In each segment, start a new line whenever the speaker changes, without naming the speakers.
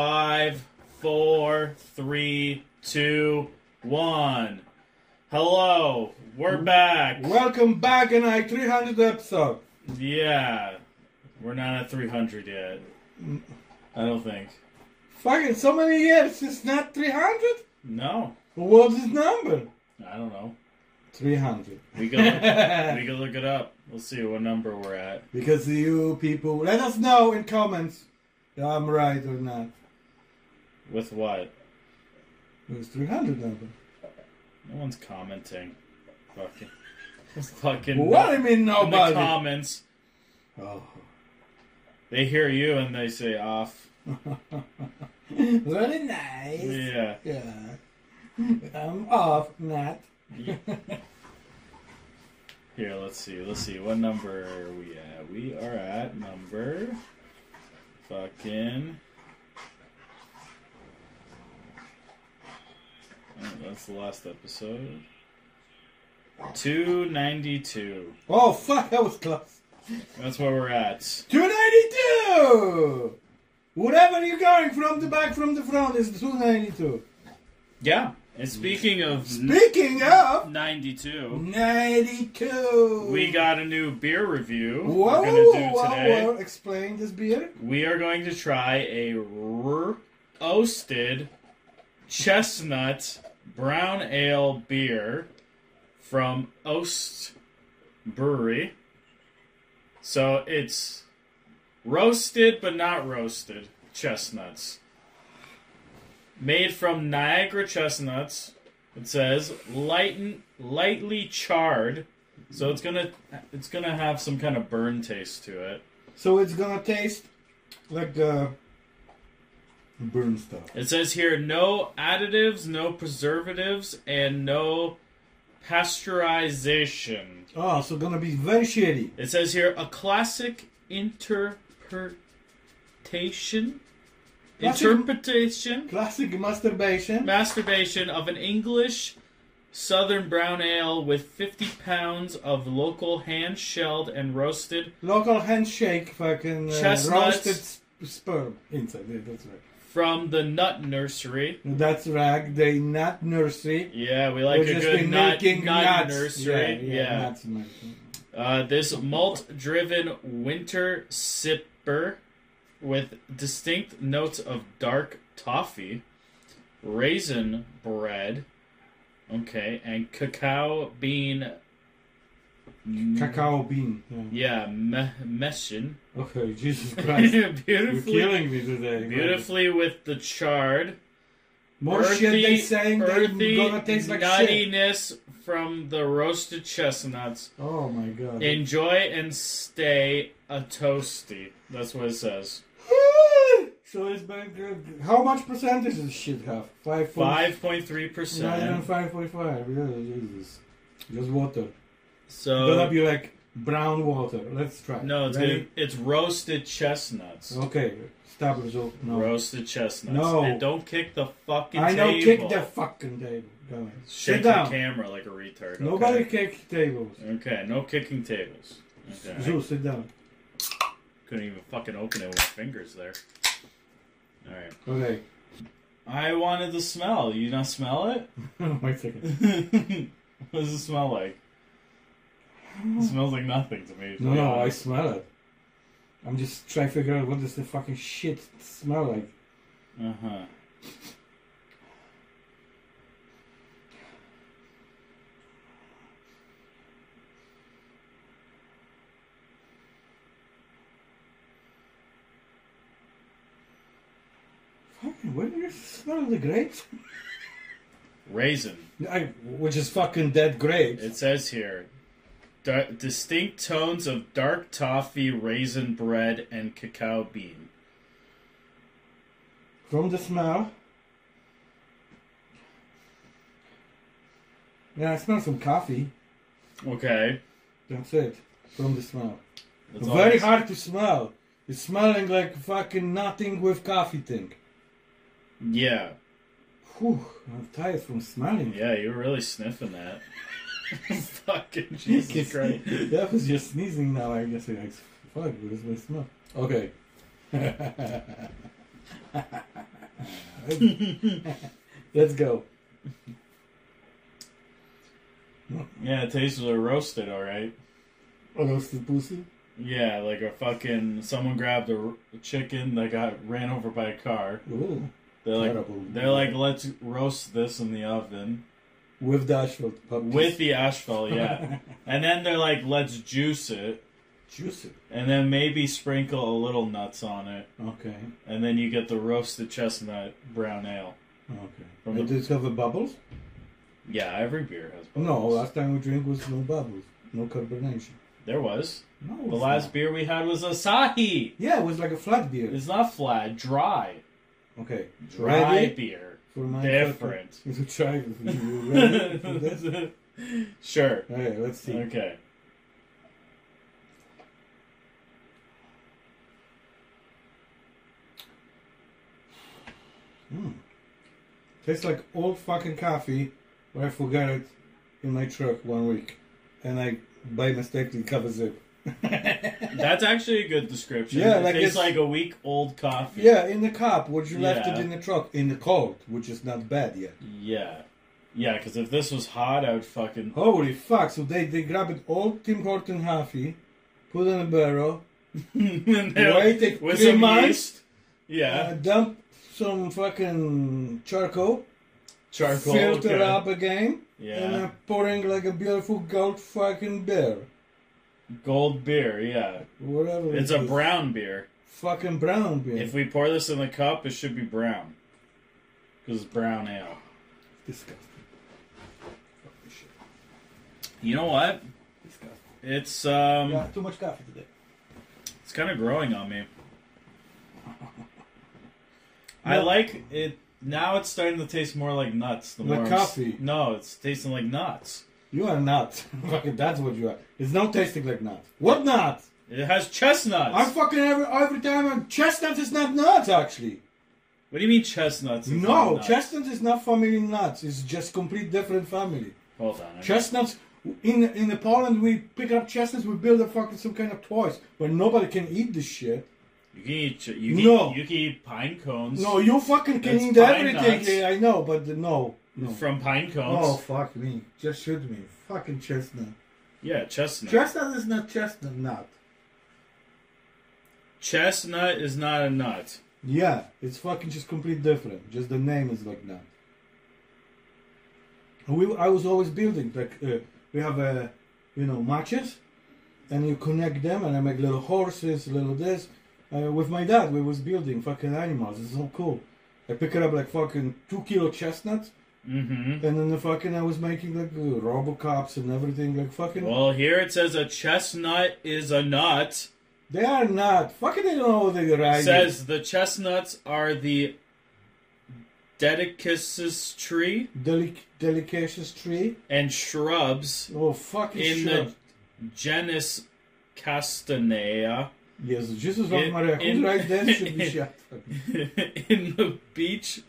Five, four, three, two, one. Hello, we're back.
Welcome back in our 300 episode.
Yeah, we're not at 300 yet. I don't think.
Fucking so many years, it's not 300?
No,
What is number?
I don't know.
300.
We go. we go look it up. We'll see what number we're at.
Because you people, let us know in comments if I'm right or not.
With what?
It's 300 number.
No one's commenting. Fucking. It's fucking.
What do you mean
In the
nobody?
comments,
Oh.
they hear you and they say off.
Very nice.
Yeah.
Yeah. I'm off, not.
Here, let's see. Let's see. What number are we at? We are at number fucking. Oh, that's the last episode. 292.
Oh, fuck, that was close.
That's where we're at.
292! Whatever you're going from the back, from the front is 292.
Yeah. And speaking of
Speaking of
92,
92,
we got a new beer review
Whoa,
we're going to do
whoa,
today.
whoa, explain this beer.
We are going to try a roasted chestnut brown ale beer from Oast Brewery. So it's roasted but not roasted chestnuts. Made from Niagara chestnuts. It says lighten, lightly charred. So it's gonna it's gonna have some kind of burn taste to it.
So it's gonna taste like the burn stuff.
It says here no additives, no preservatives, and no pasteurization.
Oh, so gonna be very shitty.
It says here a classic interpretation.
Classic-
Interpretation.
Classic masturbation.
Masturbation of an English southern brown ale with 50 pounds of local hand shelled and roasted
Local handshake, fucking uh,
Chestnuts.
roasted sp- sperm inside. Yeah, that's right.
from the nut nursery.
That's right. They nut nursery.
Yeah, we like
They're
a
just
good
been
nut,
making
nut
nuts.
nursery.
Yeah,
yeah.
nuts making.
Uh, this malt driven winter sipper with distinct notes of dark toffee, raisin bread, okay, and cacao bean.
Cacao bean.
Yeah,
Yeah.
me- meshin.
Okay, Jesus Christ. You're
beautifully,
killing me today.
beautifully with the charred,
More
earthy,
shit they saying they're
earthy
gonna taste like shit.
nuttiness from the roasted chestnuts.
Oh my god.
Enjoy and stay a toasty. That's what it says.
so it's been good. How much percentage does shit have? Five. point-
Five point three
Not even
percent.
five point five. Yeah, Jesus. Just water. Gonna
So
be like brown water. Let's try.
Uh, no, it's
Ready?
gonna, it's roasted chestnuts.
Okay. Stop it. So, no.
Roasted chestnuts.
No.
And don't kick the fucking
I know.
table.
Kick the fucking table. Go ahead.
Shake
Sit
the
down.
camera like a retard. okay?
Nobody kick tables.
Okay, no kicking tables. Okay.
So sit down.
Couldn't even fucking open it with fingers there. All right.
Okay.
I wanted the smell. You not smell it?
Wait a second.
what does it smell like? It smells like nothing to me. to
No,
be
no, I
honest.
smell it. I'm just trying to figure out what does the fucking shit smell like.
Uh huh.
Fucking, where do you smell the grapes?
Raisin.
I, which is fucking dead grapes.
It says here di- distinct tones of dark toffee, raisin bread, and cacao bean.
From the smell. Yeah, I smell some coffee.
Okay.
That's it. From the smell.
That's all
Very
this-
hard to smell. It's smelling like fucking nothing with coffee thing.
Yeah.
Whew, I'm tired from smelling.
Yeah, you were really sniffing that. Fucking Jesus Christ.
that was just sneezing now, I guess. Like, fuck, what is my smell? Okay. Let's go.
Yeah, it tastes like roasted, all right.
Roasted pussy.
Yeah, like a fucking someone grabbed a r- chicken that got ran over by a car.
Ooh.
They're like,
Terrible.
they're like, let's roast this in the oven
With the asphalt puppies.
with the asphalt, yeah. and then they're like, let's juice it,
Juicy.
and then maybe sprinkle a little nuts on it,
Okay.
and then you get the roasted chestnut brown ale.
Okay.
From
Did
the-
it have the bubbles?
Yeah, every beer has bubbles.
No, last time we drank was no bubbles. No carbonation.
there was
No.
the last beer we had was Asahi.
Yeah, it was like a flat beer.
It's not flat, dry,
Okay.
dry
Ready
beer,
for my
different.
To try it. You ready for this?
sure.
Alright, let's see.
Okay. hmm.
Tastes like old fucking coffee where I forgot it in my truck one week. And I by mistake did cover zip.
That's actually a good description.
Yeah,
it
like
tastes
it's-
like a week old coffee.
Yeah, in the cup, which you left it
Yeah.
in the truck. In the cold, which is not bad yet.
Yeah. Yeah, because if this was hot, I would fucking.
Holy fuck, so they, they grab it old Tim Horton coffee, put it in a barrel,
And then
Wait, it
with
three
some
months?
yeast.
uh,
Yeah.
dump some fucking charcoal,
Charcoal.
filter
okay.
up again, and
Yeah.
I'm pouring like a beautiful gold fucking beer.
Gold beer, yeah.
Whatever.
It's
it
a
is.
brown beer.
Fucking brown beer.
If we pour this in the cup, it should be brown. Because it's brown ale.
Disgusting.
You know what?
Disgusting.
It's, um.
Yeah, too much coffee today.
It's kind of growing on me. I like it. Now it's starting to taste more like nuts. The
Like
more I'm s-
coffee.
No, it's tasting like nuts.
You are nuts. fucking that's what you are. It's not tasting like nuts. What nuts?
It has chestnuts.
I'm fucking every, every time I'm chestnut is not nuts actually.
What do you mean chestnuts? is not
No,
nuts?
chestnut is not family nuts. It's just complete different family.
Hold on. Chest-
Chestnuts in in the Poland we pick up chestnuts, we build a fucking some kind of toys where nobody can eat this shit.
you can eat. Ch- you can
No.
You can eat pine cones.
No, you fucking can
That's
eat
pine
everything.
nuts.
Yeah, I know, but the- no, no.
From pine cones.
Oh fuck me! Just shoot me! Fucking chestnut.
Yeah, chestnut.
Chestnut is not chestnut nut.
chestnut is not a nut.
Yeah, it's fucking just complete different. Just the name is like that. We, I was always building like uh, we have uh, you know matches, and you connect them, and I make little horses, little this. Uh, with my dad, we was building fucking animals. It's so cool. I picked up like fucking two kilo chestnuts,
Mm-hmm.
and then the fucking I was making like uh, RoboCops and everything. Like fucking,
Well, here it says a chestnut is a nut.
they are not fucking. They don't know what they ride.
says the chestnuts are the dedicus tree
Delic- delicacious tree.
and shrubs
Oh fucking
in
shit.
the genus Castanea
Yes, Jesus of
In-
Maria,
in-
who right there should be shot.
in the beech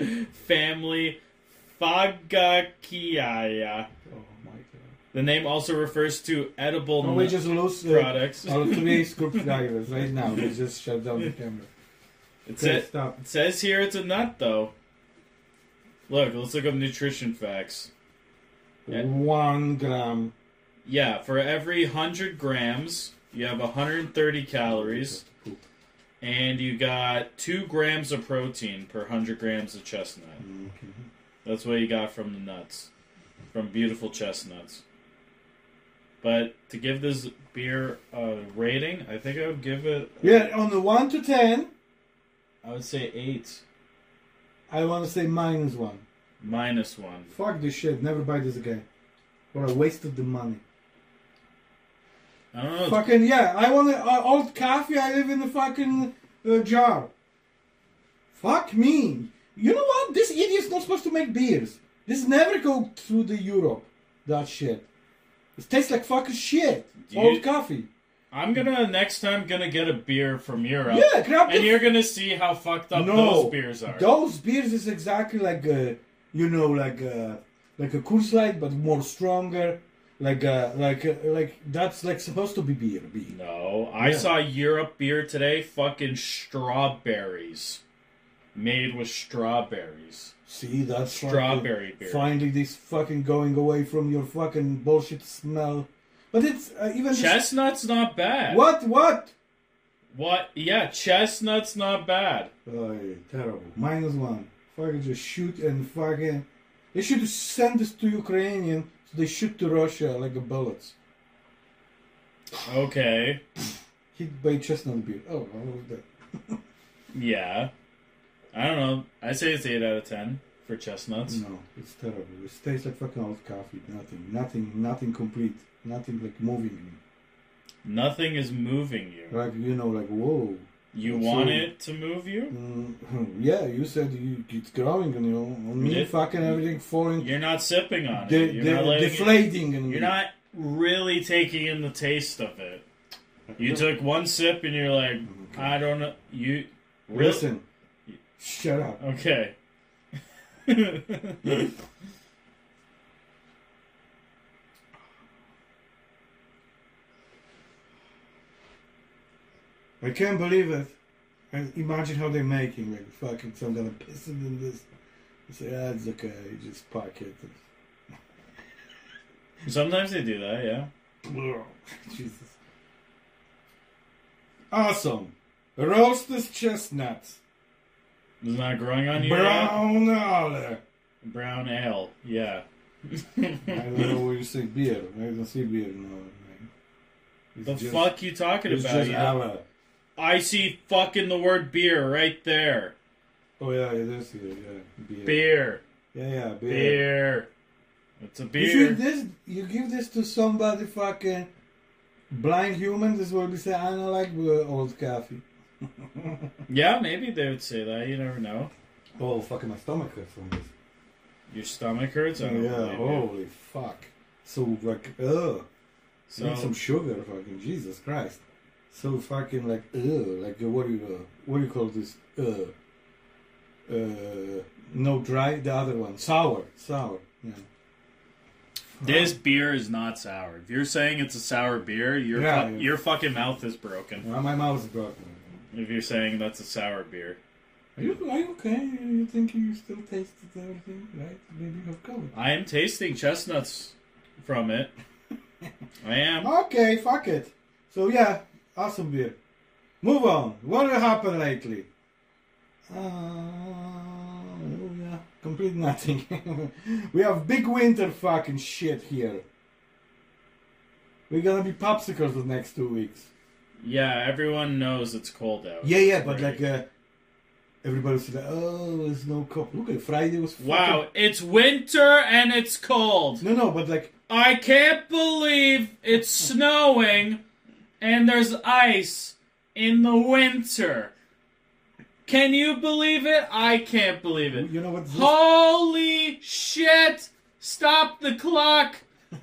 family Fagaceae.
Oh my god.
The name also refers to edible
Can we
nut
just lose uh,
products.
our three screwdrivers right now? We just shut down the camera.
It's
Okay,
it.
stop.
It says here it's a nut, though. Look, let's look up nutrition facts. Yeah.
One gram.
Yeah, for every 100 grams, you have 130 calories, and you got 2 grams of protein per 100 grams of chestnut. That's what you got from the nuts, from beautiful chestnuts. But to give this beer a rating, I think I would give it.
Yeah, on the one to ten,
I would say eight
I want to say minus one.
minus one.
Fuck this shit. Never buy this again. What a waste of the money.
I don't know. it's-
Fucking yeah. I want a uh, old coffee. I live in the fucking uh, jar. Fuck me. You know what? This idiot's not supposed to make beers. This never go through the Europe. That shit. It tastes like fucking shit.
Do
old
you-
coffee.
I'm gonna next time gonna get a beer from Europe.
Yeah, grab
And
the-
you're gonna see how fucked up
No.
those beers are.
Those beers is exactly like a, you know, like a, like a cool slide, but more stronger. Like a, like a, like that's like supposed to be beer. Beer.
No, I
Yeah.
saw Europe beer today. Fucking strawberries. made with strawberries.
See, that's fucking-
Strawberry beer.
Finally, this fucking going away from your fucking bullshit smell. But it's uh, even this-
Chestnut's not bad.
what what.
What? Yeah, chestnut's not bad.
Oh, yeah, terrible. Minus one. Fucking just shoot and fucking. They should send this to Ukrainian. So they shoot to Russia like a bullets.
Okay.
Hit by chestnut beer. Oh, I was that.
Yeah. I don't know. I say it's eight out of ten for chestnuts.
No, it's terrible. It tastes like fucking old coffee. Nothing, nothing, nothing complete. Nothing like moving me.
Nothing is moving you.
Like you know, like whoa.
You
Absolutely.
want it to move you?
Mm, yeah, you said you, it's growing and you know, on me,
Yeah.
fucking everything falling,
You're not sipping on
de-
it. You're
de-
not letting it-
deflating. and
You're not really taking in the taste of it. You took one sip and you're like, I don't know. You really?
Mm-hmm. Listen, shut up.
Okay.
I can't believe it. And imagine how they're making like fucking some kind of pissing in this. You say, ah, it's okay, just pack it.
Sometimes they do that, yeah.
Jesus. Awesome. Roasted chestnuts.
It's not growing on you. yet?
Brown ale.
Brown ale, yeah.
I don't know where you say beer. I don't see beer now. man. It's
The
just-
fuck you talking
It's
about?
just
You know?
ale.
I see fucking the word beer right there.
Oh yeah, it is here. Yeah, beer.
Beer,
Yeah, yeah, beer.
beer. It's a
If you
beer.
this, you give this to somebody fucking blind human, this will be say, I don't like uh, old coffee.
Yeah, maybe they would say that. You never know.
Oh, fucking my stomach hurts from this.
Your stomach hurts. I don't
yeah, oh,
believe you.
holy fuck. So like, ugh.
So
Need some sugar, fucking Jesus Christ. So fucking like, ugh, like uh, what do you, uh, what do you call this? Ugh. Uh, no dry, the other one, sour, sour. Yeah.
this beer is not sour. If you're saying it's a sour beer, your
Yeah,
fu-
yeah.
your fucking mouth is broken.
Now my mouth is broken.
If you're saying that's a sour beer,
Are you, are you okay? You think you still tasted everything, right? Maybe you have COVID.
I am tasting chestnuts from it. I am.
Okay, fuck it. So yeah, awesome beer. Move on. What happened lately? Uh, oh yeah, complete nothing. we have big winter fucking shit here. We're gonna be popsicles the next two weeks.
Yeah, everyone knows it's cold out.
Yeah, yeah, but
Right.
like uh, everybody's like, oh, there's no cop. Look, at Friday was uh, fucking-
Wow, it's winter and it's cold.
No, no, but like
I can't believe it's snowing and there's ice in the winter. Can you believe it? I can't believe it.
you know what's this?
Holy shit! Stop the clock!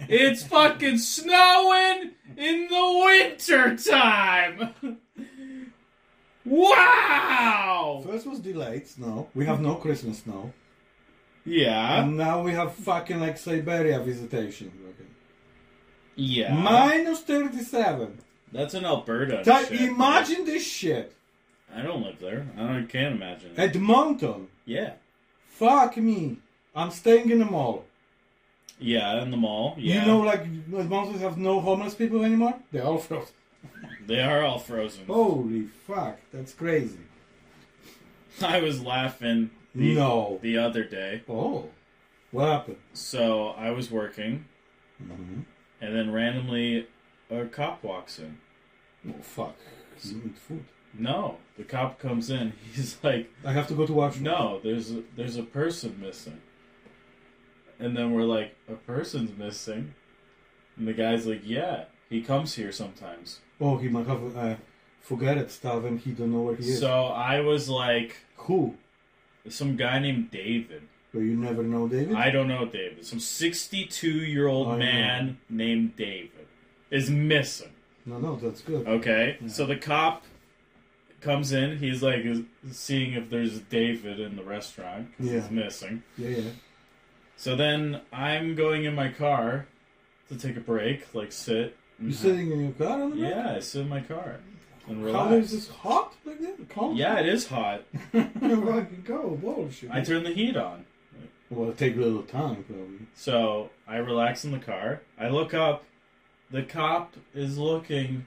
It's fucking snowing in the winter time! Wow!
First was delayed snow. We have no Christmas snow.
Yeah.
And now we have fucking like Siberia visitation. Okay.
Yeah.
Minus 37.
That's in Alberta. and
Ta-
shit.
imagine this shit.
I don't live there. I don't, can't imagine. it.
Edmonton.
yeah.
Fuck me. I'm staying in the mall.
Yeah, in the mall. Yeah.
You know, like, Edmonton have no homeless people anymore? They're all frozen.
they are all frozen.
Holy fuck. That's crazy.
I was laughing the,
no.
the other day.
Oh. What happened? Mm-hmm.
So I was working, and then randomly a cop walks in.
Oh, fuck. You need food.
No, the cop comes in. He's like,
I have to go to washroom.
"No, there's a, there's a person missing." And then we're like, "A person's missing," and the guy's like, "Yeah, he comes here sometimes."
Oh, he might have, uh, forget it, stuff, and he don't know where he is.
So I was like,
Who?
"Some guy named David."
But you never know, David?
I don't know David. Some 62 year
I
old
know.
man named David is missing.
No, no, that's good.
Okay, so the cop comes in. He's like is- seeing if there's David in the restaurant 'cause
Yeah.
he's missing.
Yeah, yeah.
So then I'm going in my car to take a break, like sit. and
You
ha-
sitting in your car on the road?
Yeah, I sit in my car. and
How
relax.
is this hot back there? Cold?
Yeah, it is hot.
like, go, bullshit.
I turn the heat on.
well, it'll take a little time, probably.
So I relax in the car. I look up. The cop is looking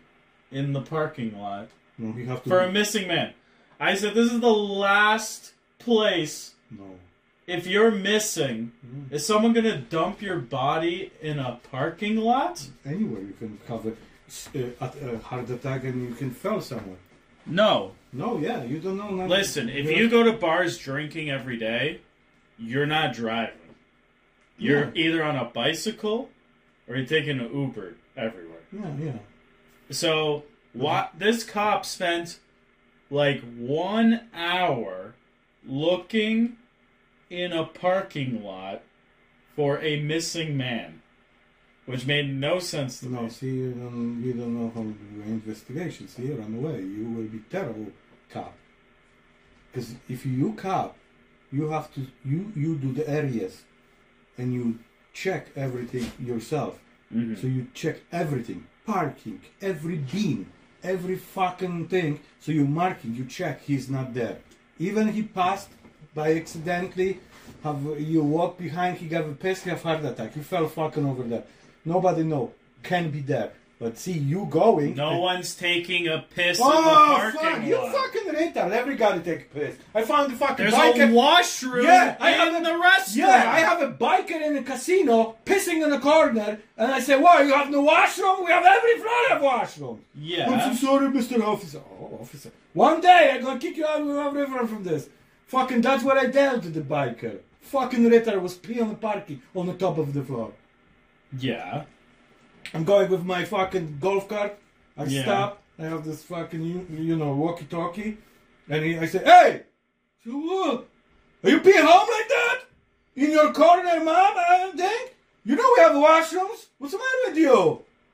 in the parking lot
No, you have to.
for a missing man. I said, This is the last place.
no. Mm,
If you're missing, is someone going to dump your body in a parking lot?
Anywhere you can have a, s- uh, at- a heart attack and you can fell somewhere.
No.
No, yeah, you don't know. nothing.
Listen, if
You're-
you go to bars drinking every day, you're not driving. You're
No.
either on a bicycle or you're taking an Uber everywhere.
Yeah, yeah.
So why this cop spent like one hour looking in a parking lot for a missing man, which made no sense to
No,
me.
see, you don't, you don't know how to do investigations. See, run away. You will be terrible cop. Because if you cop, you have to you you do the areas, and you check everything yourself.
Mhm.
So you check everything, parking, every beam, every fucking thing. So you marking, you check he's not there. Even he passed by accidentally. Have you walk behind? He got a piss, he have heart attack. He fell fucking over there. Nobody know. Can be there. But see, you going.
No one's taking a piss
Oh
in the
fuck!
parking
You
lot.
fucking retard. Everybody take piss. I found the fucking
There's
bike.
a washroom
Yeah, I have
in
a-
the restaurant.
Yeah, I have a biker in a casino pissing in a corner, and I say, "Why you have no washroom? We have every floor have washroom."
Yeah.
I'm so sorry, Mister Officer. Oh, officer. One day I'm gonna kick you out of everyone from this. Fucking that's what I dealt to the biker. Fucking retard was pee on the parking on the top of the floor.
Yeah.
I'm going with my fucking golf cart. I
Yeah.
stop. I have this fucking you, you know walkie-talkie, and he, I say, "Hey, so what? Are you being home like that in your corner, mom? I think you know we have washrooms. What's the matter with you?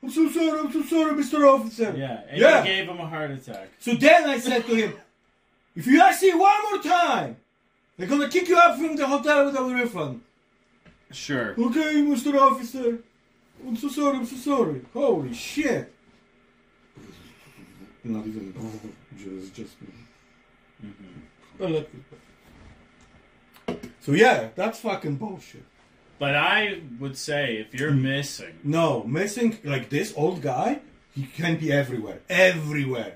I'm so sorry. I'm so sorry, Mister Officer.
Yeah. And
yeah.
you gave him a heart attack.
So then I said to him, if you ask me one more time, they're gonna kick you out from the hotel without a refund.
Sure.
Okay, Mr. Officer. I'm so sorry, I'm so sorry. Holy shit. Not even just just Mhm. So yeah, that's fucking bullshit.
But I would say if you're
Mm.
missing,
No, missing like this old guy, he can be everywhere. Everywhere.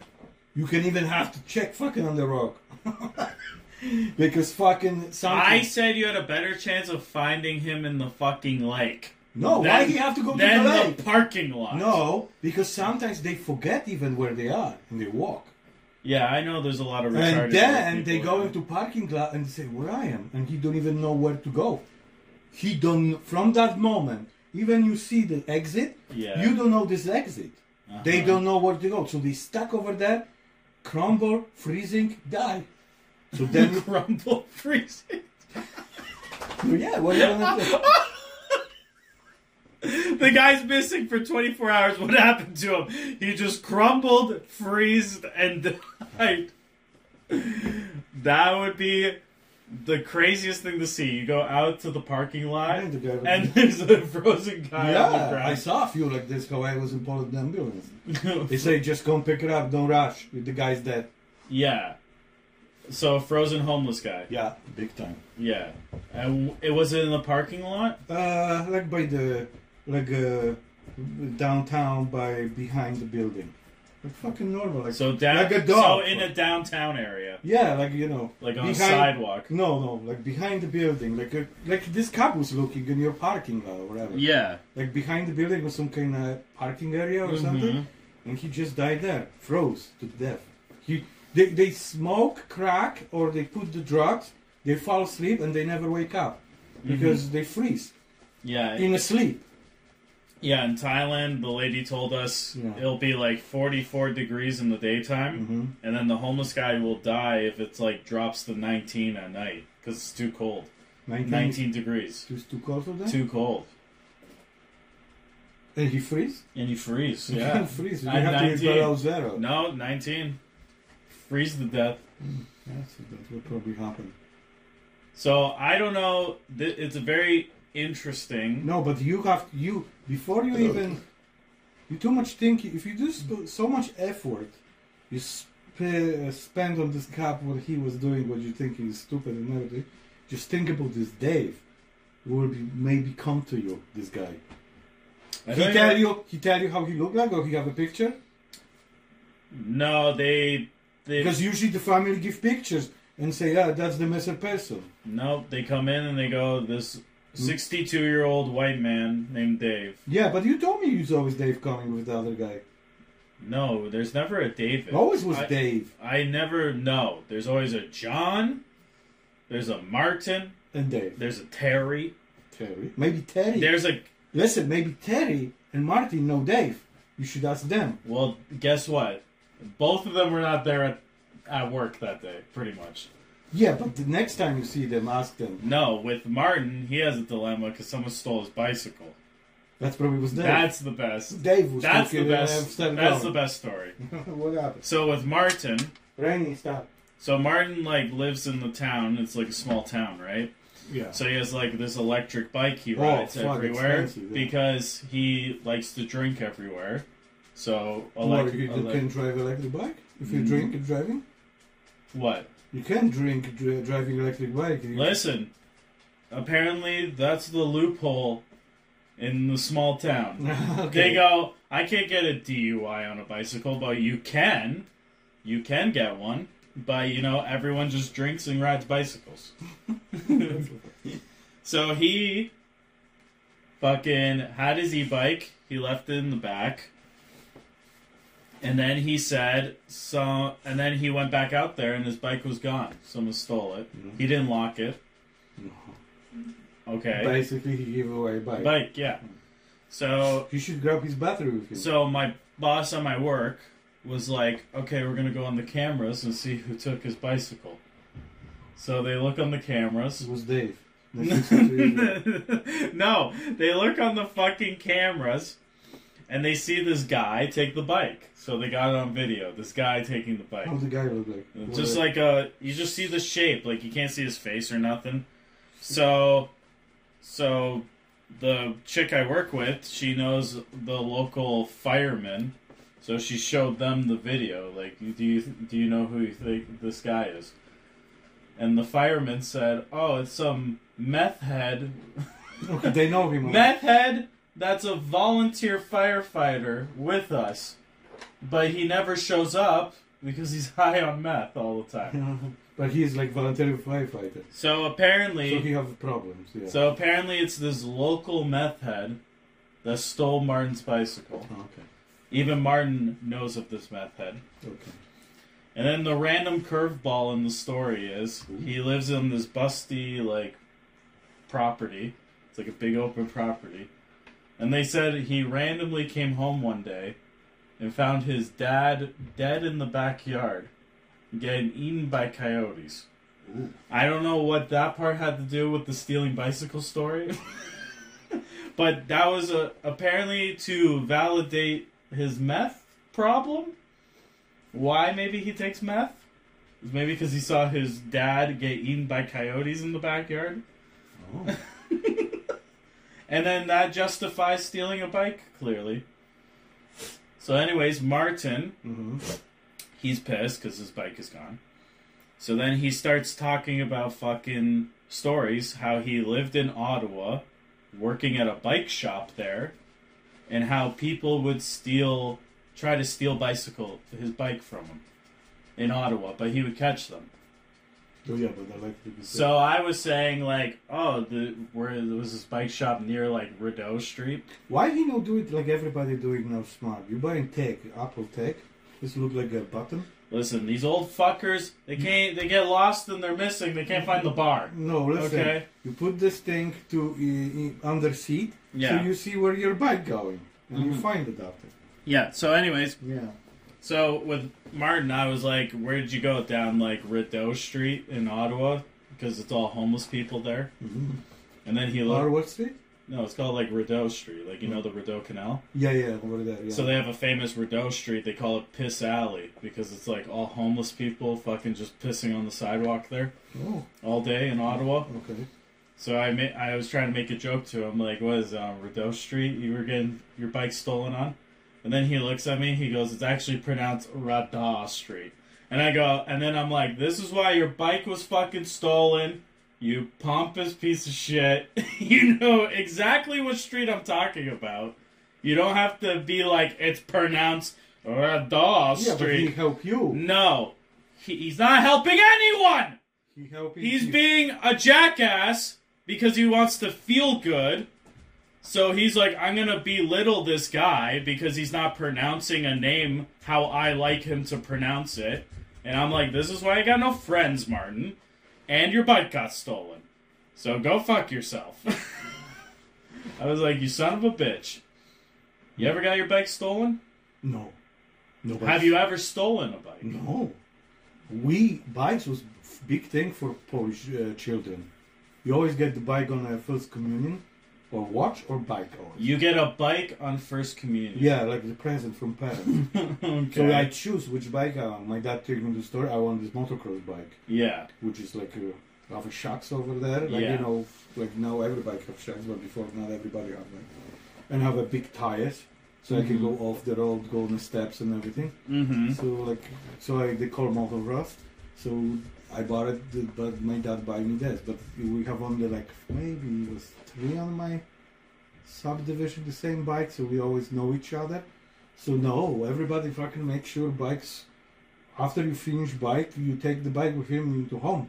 You can even have to check fucking on the rock. because fucking something
I said you had a better chance of finding him in the fucking lake.
No, why
than-
he have to go to
than
the lake?
parking lot.
No, because sometimes they forget even where they are and they walk.
Yeah, I know there's a lot of retarded
and then
old
they
people
go
around.
into parking lot and say where I am, and he don't even know where to go. He don't from that moment. Even you see the exit,
Yeah. Uh-huh.
you don't know this exit. They don't know where to go, so they stuck over there, crumble, freezing, die. So then,
crumble freezing.
yeah, what are you gonna do?
The guy's missing for 24 hours. What happened to him? He just crumbled, freezed, and died. That would be the craziest thing to see. You go out to the parking lot,
And the guy was-
and there's a frozen guy on the
Yeah,
ground.
I saw a few like this. How I was in Poland ambulance. They say just go and pick it up, don't rush. The guy's dead.
Yeah. So frozen homeless guy.
Yeah, big time.
Yeah. And w- it was in the parking lot.
Uh, like by the like uh, downtown by behind the building. Like fucking normal. Like
So down.
Like a dog.
So in a downtown area,
yeah, like you know,
like on a
behind-
sidewalk.
No, no, like behind the building, like a, like this cop was looking in your parking lot or whatever.
Yeah.
Like behind the building was some kind of parking area
Mm-hmm.
or something, and he just died there, froze to death. He they they smoke crack or they put the drugs, they fall asleep and they never wake up
Mm-hmm.
because they freeze
Yeah.
in a sleep.
Yeah. In Thailand, the lady told us
Yeah. Mm-hmm.
it'll be like 44 degrees in the daytime, and then the homeless guy will die if it's like drops to 19 at night because it's too cold.
19,
19 degrees.
Too, too cold for that?
Too cold.
And he freeze?
And you freeze.
You
Yeah.
can't freeze. You
At
have to
19.
get below zero.
No, 19. Freeze to death.
That's, that will probably happen.
So I don't know. Th- It's a very interesting.
No, but you have you before you even you too much thinking. If you do so- so much effort you sp- spend on this cop what he was doing, what you think is stupid and everything. Just think about this Dave. It will be maybe come to you, this guy.
I
he
think
tell
I-
you he tell you how he look like or he have a picture?
No, they they
Because usually the family give pictures and say, yeah, that's the missing person.
no, they come in and they go
Mm.
this 62 year old white man named Dave.
Yeah, but you told me you always Dave coming with the other guy.
No, there's never a David.
Always was
I-
Dave
I never know. There's always a John. There's a Martin.
and Dave.
There's a Terry.
Terry. Maybe Terry.
There's a
Listen, maybe Terry and Martin know Dave. You should ask them.
well. Guess what? Both of them were not there at, at work that day. Pretty much.
Yeah, but the next time you see them, ask them.
No, with Martin, he has a dilemma because someone stole his bicycle.
That's probably was Dave.
That's the best.
Dave was
That's the
taking, uh,
best.
upside
That's the
down.
best story.
what happened?
So with Martin,
Rainy, stop.
so Martin like lives in the town. It's like a small town, right?
Yeah.
So he has like this electric bike he
Oh,
rides
fuck,
everywhere
expensive, yeah.
because he likes to drink everywhere. So
Or
elec-
you
elec-
can drive electric bike if you
Mm.
drink and driving.
what?
You can drink dri- driving electric bike. You-
Listen, apparently that's the loophole in the small town.
Okay.
They go, I can't get a DUI on a bicycle, but you can, you can get one. But you know, everyone just drinks and rides bicycles. So he fucking had his e bike. He left it in the back. And then he said, so, and then he went back out there and his bike was gone. Someone stole it. He didn't lock it. Okay.
Basically, he gave away a bike.
Bike, yeah. So,
You should grab his battery with you.
so my boss at my work was like, okay, we're going to go on the cameras and see who took his bicycle. So they look on the cameras.
it was Dave.
no, they look on the fucking cameras and they see this guy take the bike. So they got it on video. This guy taking the bike.
How the guy look like?
Just like a, you just see the shape, like you can't see his face or nothing. So, so the chick I work with, she knows the local firemen, so she showed them the video. Like, do you do you know who you think this guy is? And the fireman said, "Oh, it's some meth head.
Okay, they know him.
meth head. That's a volunteer firefighter with us, but he never shows up." Because he's high on meth all the time.
but he's like voluntary firefighter.
So
So
apparently,
he have problems. Yeah.
so apparently, it's this local meth head that stole Martin's bicycle.
Oh, okay.
Even Martin knows of this meth head.
Okay.
And then the random curveball in the story is he lives in this busty like property. It's like a big open property. And they said he randomly came home one day and found his dad dead in the backyard, getting eaten by coyotes.
Ooh.
I don't know what that part had to do with the stealing bicycle story. but that was a, apparently to validate his meth problem. Why maybe he takes meth? Is Maybe because he saw his dad get eaten by coyotes in the backyard.
Oh.
And then that justifies stealing a bike, clearly. So, anyways, Martin,
hmm
he's pissed because his bike is gone. So then he starts talking about fucking stories, how he lived in Ottawa, working at a bike shop there, and how people would steal, try to steal bicycle his bike from him in Ottawa, but he would catch them.
Oh yeah, but I like to be
So I was saying like, oh, the where there was this bike shop near like Rideau Street.
Why he not do it like everybody doing now smart? You buying tech, Apple tech, this look like a button.
Listen, these old fuckers, they can't, they get lost and they're missing. They can't find the bar.
No, listen.
Okay.
You put this thing to uh, uh, under seat,
Yeah.
so you see where your bike going, and you
Mhm.
find it after.
Yeah. So, anyways,
Yeah.
So with Martin, I was like, "Where did you go down like Rideau Street in Ottawa? Because it's all homeless people there."
Mm-hmm.
And then he
Or
looked.
what's it?
No, it's called like Rideau Street, like you know the Rideau Canal.
Yeah, yeah, over there. Yeah.
So they have a famous Rideau Street. They call it Piss Alley because it's like all homeless people fucking just pissing on the sidewalk there
oh,
all day in Ottawa.
okay.
So I ma- uh, I was trying to make a joke to him, like, "What is it, on Rideau Street? You were getting your bike stolen on?" And then he looks at me. He goes, "It's actually pronounced Radha Street." And I go, and then I'm like, "This is why your bike was fucking stolen, you pompous piece of shit. you know exactly which street I'm talking about. You don't have to be like it's pronounced Radha
Yeah, but he
Street."
help you.
No, he, he's not helping anyone.
He help
He's
you.
being a jackass because he wants to feel good. So he's like, I'm gonna belittle this guy because he's not pronouncing a name how I like him to pronounce it. And I'm like, this is why I got no friends, Martin. And your bike got stolen. So go fuck yourself. I was like, you son of a bitch. You ever got your bike stolen?
No. No.
Have you ever stolen a bike?
No. We bikes was big thing for Polish uh, children. You always get the bike on a first communion, or watch or bike always.
You get a bike on first communion.
Yeah, like the present from parents.
okay.
so I choose which bike I want. My dad took me to the store. I want this motocross bike,
yeah.
which is like a have a shocks over there. Like
Yeah.
you know, like now every bike have shocks, but before not everybody have like, and have a big tires, so I can go off the road, go on the steps and everything.
Mm-hmm.
So like, so I, they call Motor Rust. So I bought it, th- but my dad buy me this. But we have only like maybe it was three on my subdivision, the same bike. So we always know each other. So no, everybody fucking make sure bikes. After you finish bike, you take the bike with him into home,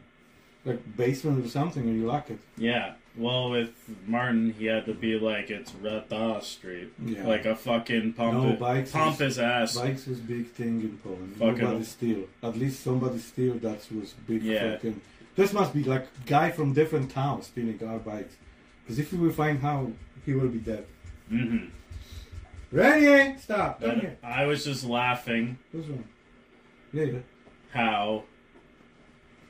like basement or something, and you lock it.
Yeah. Well, with Martin, he had to be like it's Rata Street,
Yeah.
like a fucking
No,
pump,
bikes is-
pump his ass.
Bikes was big thing in Poland.
Fucking-
Nobody steal. At least somebody steal. That was big
Yeah.
fucking. This must be like guy from different towns stealing our bikes. Because if we will find how, he will be dead.
hmm
Ready? Stop. Come here.
I was just laughing
What's wrong? Yeah, yeah.
how,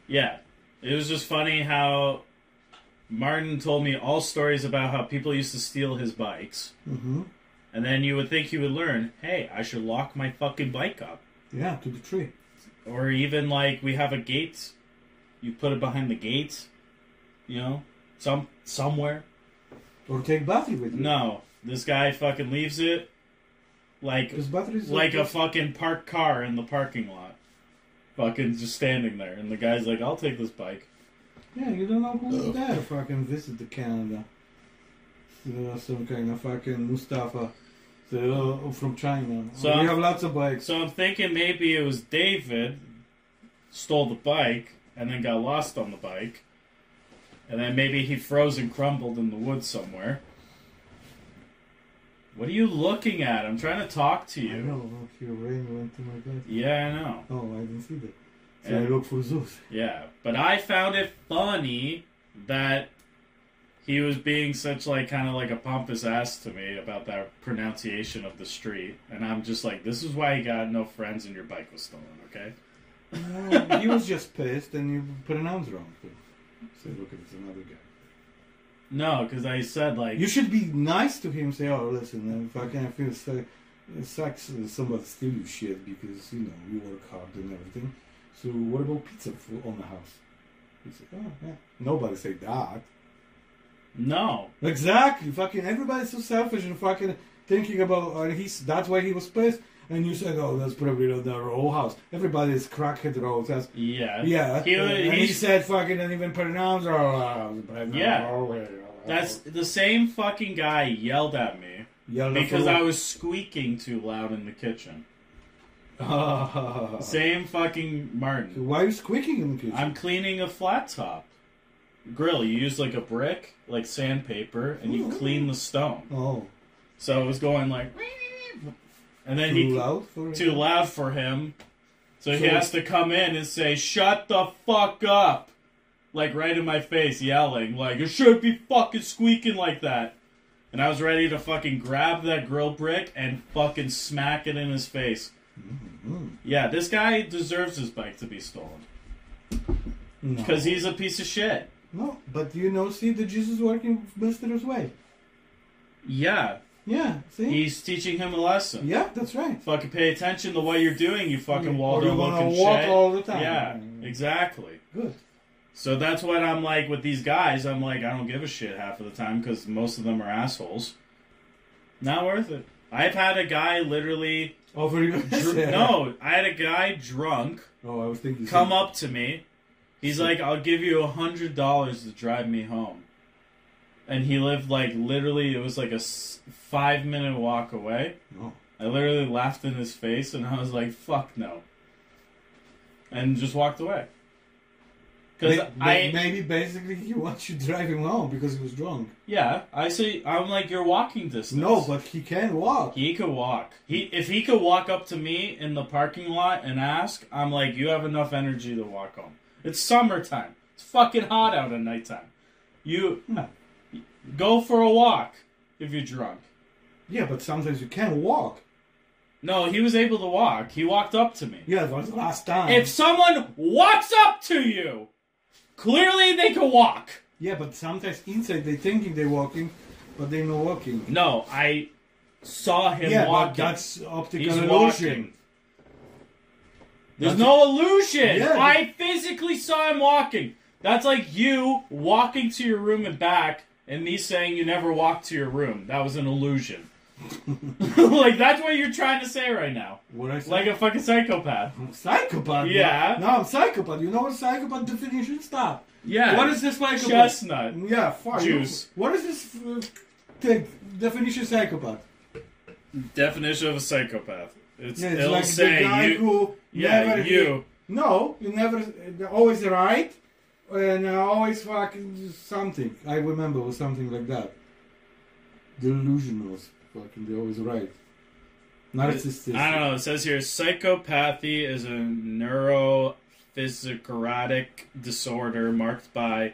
yeah, it was just funny how Martin told me all stories about how people used to steal his bikes,
Mm-hmm.
and then you would think he would learn, hey, I should lock my fucking bike up,
Yeah, to the tree.
or even like we have a gate, you put it behind the gate, you know, some somewhere.
Or take battery with you.
No, this guy fucking leaves it like
Because batteries
like a fucking parked car in the parking lot. Fucking just standing there, and the guy's like, "I'll take this bike."
Yeah, you don't know who's
Ugh.
there. Fucking visit the Canada. Uh, some kind of fucking Mustafa. So, uh, from China.
So-
we have lots of bikes.
So I'm thinking maybe it was David stole the bike and then got lost on the bike, and then maybe he froze and crumbled in the woods somewhere. What are you looking at? I'm trying to talk to
I
you.
know, look, your rain went to my bed.
Yeah, I know.
Oh, I didn't see that. So I
And-
look for Zeus.
Yeah, but I found it funny that he was being such like kind of like a pompous ass to me about that pronunciation of the street, and I'm just like, this is why you got no friends and your bike was stolen, okay?
No, he was just pissed and you put an arms wrong. Say, look, it's another guy.
No, because I said like,
You should be nice to him. Say, oh, listen, uh, fucking, I feel so, it sucks uh, somebody steal you shit because you know you work hard and everything. So what about pizza for, on the house? He said, oh, yeah. Nobody say that.
no,
Exactly. Fucking everybody's so selfish and fucking thinking about uh, he's that's why he was pissed. And you said, oh, that's probably not the whole house. Everybody is crackhead roads. That's
yeah,
yeah.
He was-
and he
he's-
said fucking and even pronounce or uh, pronounce-
Yeah. that's the same fucking guy yelled at me
Yellow
because
for-
I was squeaking too loud in the kitchen.
Uh-huh.
Same fucking Martin.
Why are you squeaking in the kitchen?
I'm cleaning a flat top grill. You use like a brick, like sandpaper, and you clean the stone.
oh,
So it was going like, and then
too
he
loud for
too loud for him. So, he
So-
has to come in and say, "Shut the fuck up!" Like right in my face, yelling like, "You should be fucking squeaking like that." And I was ready to fucking grab that grill brick and fucking smack it in his face.
Mm-hmm.
Yeah, this guy deserves his bike to be stolen
No.
because he's a piece of shit.
no, but you know, see the Jesus working Mister's way.
Yeah,
Yeah, see.
he's teaching him a lesson.
yeah, that's right.
Fucking pay attention to what you're doing, you fucking
Yeah.
Waldo
Or you're gonna
looking
walk
shit.
all the time.
Yeah, exactly.
Good.
So that's what I'm like with these guys. I'm like, I don't give a shit half of the time because most of them are assholes. Not worth it. I've had a guy literally.
Oh, for you.
Dr- no, I had a guy drunk
Oh, I was thinking.
come up to me. He's like, I'll give you a hundred dollars to drive me home. And he lived like literally, it was like a s- five minute walk away.
No.
I literally laughed in his face and I was like, fuck no. And just walked away. Because
May- may-
I,
maybe basically he wants you driving home because he was drunk.
yeah, I see, I'm like, you're walking distance.
No, but he can walk.
He could walk. He if he could walk up to me in the parking lot and ask, I'm like, you have enough energy to walk home. It's summertime. It's fucking hot out at nighttime. You
Hmm.
go for a walk if you're drunk.
Yeah, but sometimes you can walk.
No, he was able to walk. He walked up to me.
Yeah, that was the last time.
If someone walks up to you, clearly they can walk.
yeah, but sometimes inside they thinking they're walking, but they're not walking.
No, I saw him
yeah,
walking.
but that's optical
He's
illusion.
walking. There's
That's-
no illusion.
Yeah.
I physically saw him walking. That's like you walking to your room and back, and me saying you never walked to your room. That was an illusion. like that's what you're trying to say right now,
What I said?
like a fucking psychopath.
I'm a psychopath.
Yeah.
No, I'm psychopath. You know what psychopath definition? Stop.
Yeah.
What is this psychopath?
chestnut?
Yeah, fuck.
Juice.
What is this uh, t- definition psychopath?
Definition of a psychopath. It's,
Yeah, it's
it'll
like
say
the guy
you.
who
yeah,
never
you.
No, you never. they're Always right, and uh, always fucking something. I remember was something like that. Delusionals, fucking. They're always right. Narcissistic.
I don't know. It says here psychopathy is a neurophysiocratic disorder marked by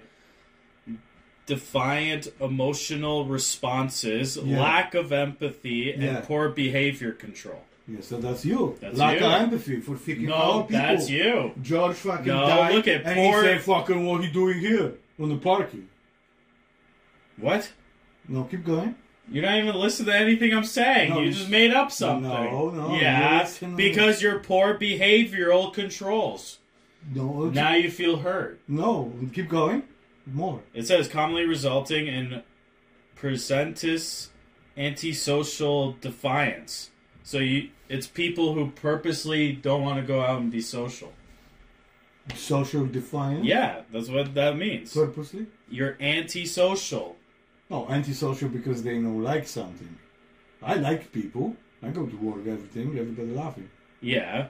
defiant emotional responses,
Yeah.
lack of empathy, and
Yeah.
poor behavior control.
Yeah, so that's you.
That's
Lack
you.
of empathy for fucking all
No,
people.
that's you.
George fucking
No,
died,
look at
and
poor-
he said, "Fucking, what are you doing here on the parking?"
What?
No, keep going.
You're not even listening to anything I'm saying.
No,
you
you-
just made up something.
No, no, you're
Yeah,
listening.
because your poor behavioral controls.
No, okay.
Now you feel hurt.
no, keep going. More.
It says commonly resulting in presentous antisocial defiance. So you, it's people who purposely don't want to go out and be social.
Social defiance.
Yeah, that's what that means.
Purposely.
You're antisocial.
No, antisocial because they don't like something. I like people. I go to work, everything, everybody laughing.
Yeah,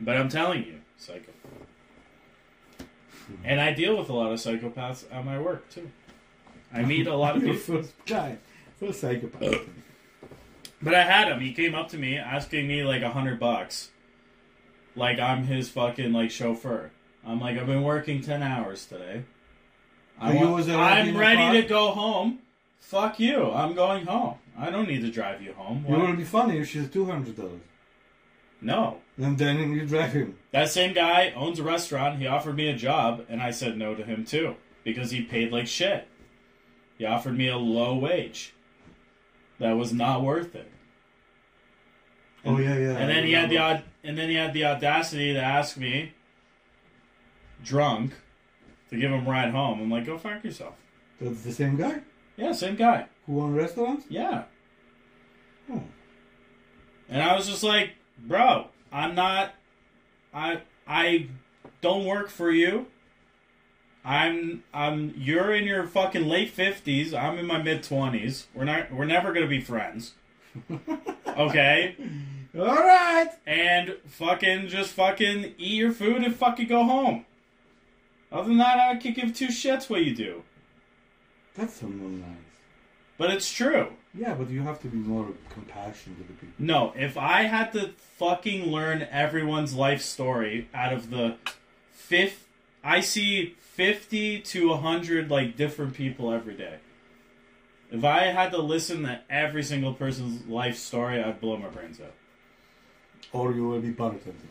but I'm telling you, psycho. And I deal with a lot of psychopaths at my work too. I meet a lot of
You're the
people.
first guy, first psychopath.
But I had him. He came up to me asking me like a hundred bucks. Like I'm his fucking like chauffeur. I'm like I've been working ten hours today. I
Are you
want-
was already in
I'm
the car?
ready to go home. Fuck you. I'm going home. I don't need to drive you home.
You
Why-
will be funny if she's two hundred dollars,
No.
and then you drive him.
That same guy owns a restaurant. He offered me a job, and I said no to him too because he paid like shit. He offered me a low wage. That was not worth it.
oh yeah, yeah.
and then he had the aud- and then he had the audacity to ask me, drunk, to give him a ride home. I'm like, go fuck yourself.
That's the same guy
Yeah, same guy.
who owned restaurants.
Yeah,
Oh.
and I was just like, bro, I'm not, I I don't work for you. I'm I'm you're in your fucking late fifties. I'm in my mid twenties. We're not we're never gonna be friends. Okay,
All right.
and fucking just fucking eat your food and fucking go home. Other than that, I could give two shits what you do.
That's someone nice.
But it's true.
Yeah, but you have to be more compassionate with the people.
No, if I had to fucking learn everyone's life story out of the fifth, I see 50 to 100 like different people every day. If I had to listen to every single person's life story, I'd blow my brains out.
Or you will be bartender.